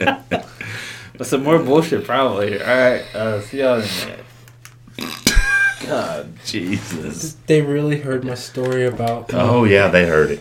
C: with some more bullshit, probably. All right. Uh, see y'all in a minute.
D: Jesus.
A: They really heard my story about
D: Oh yeah, they heard it.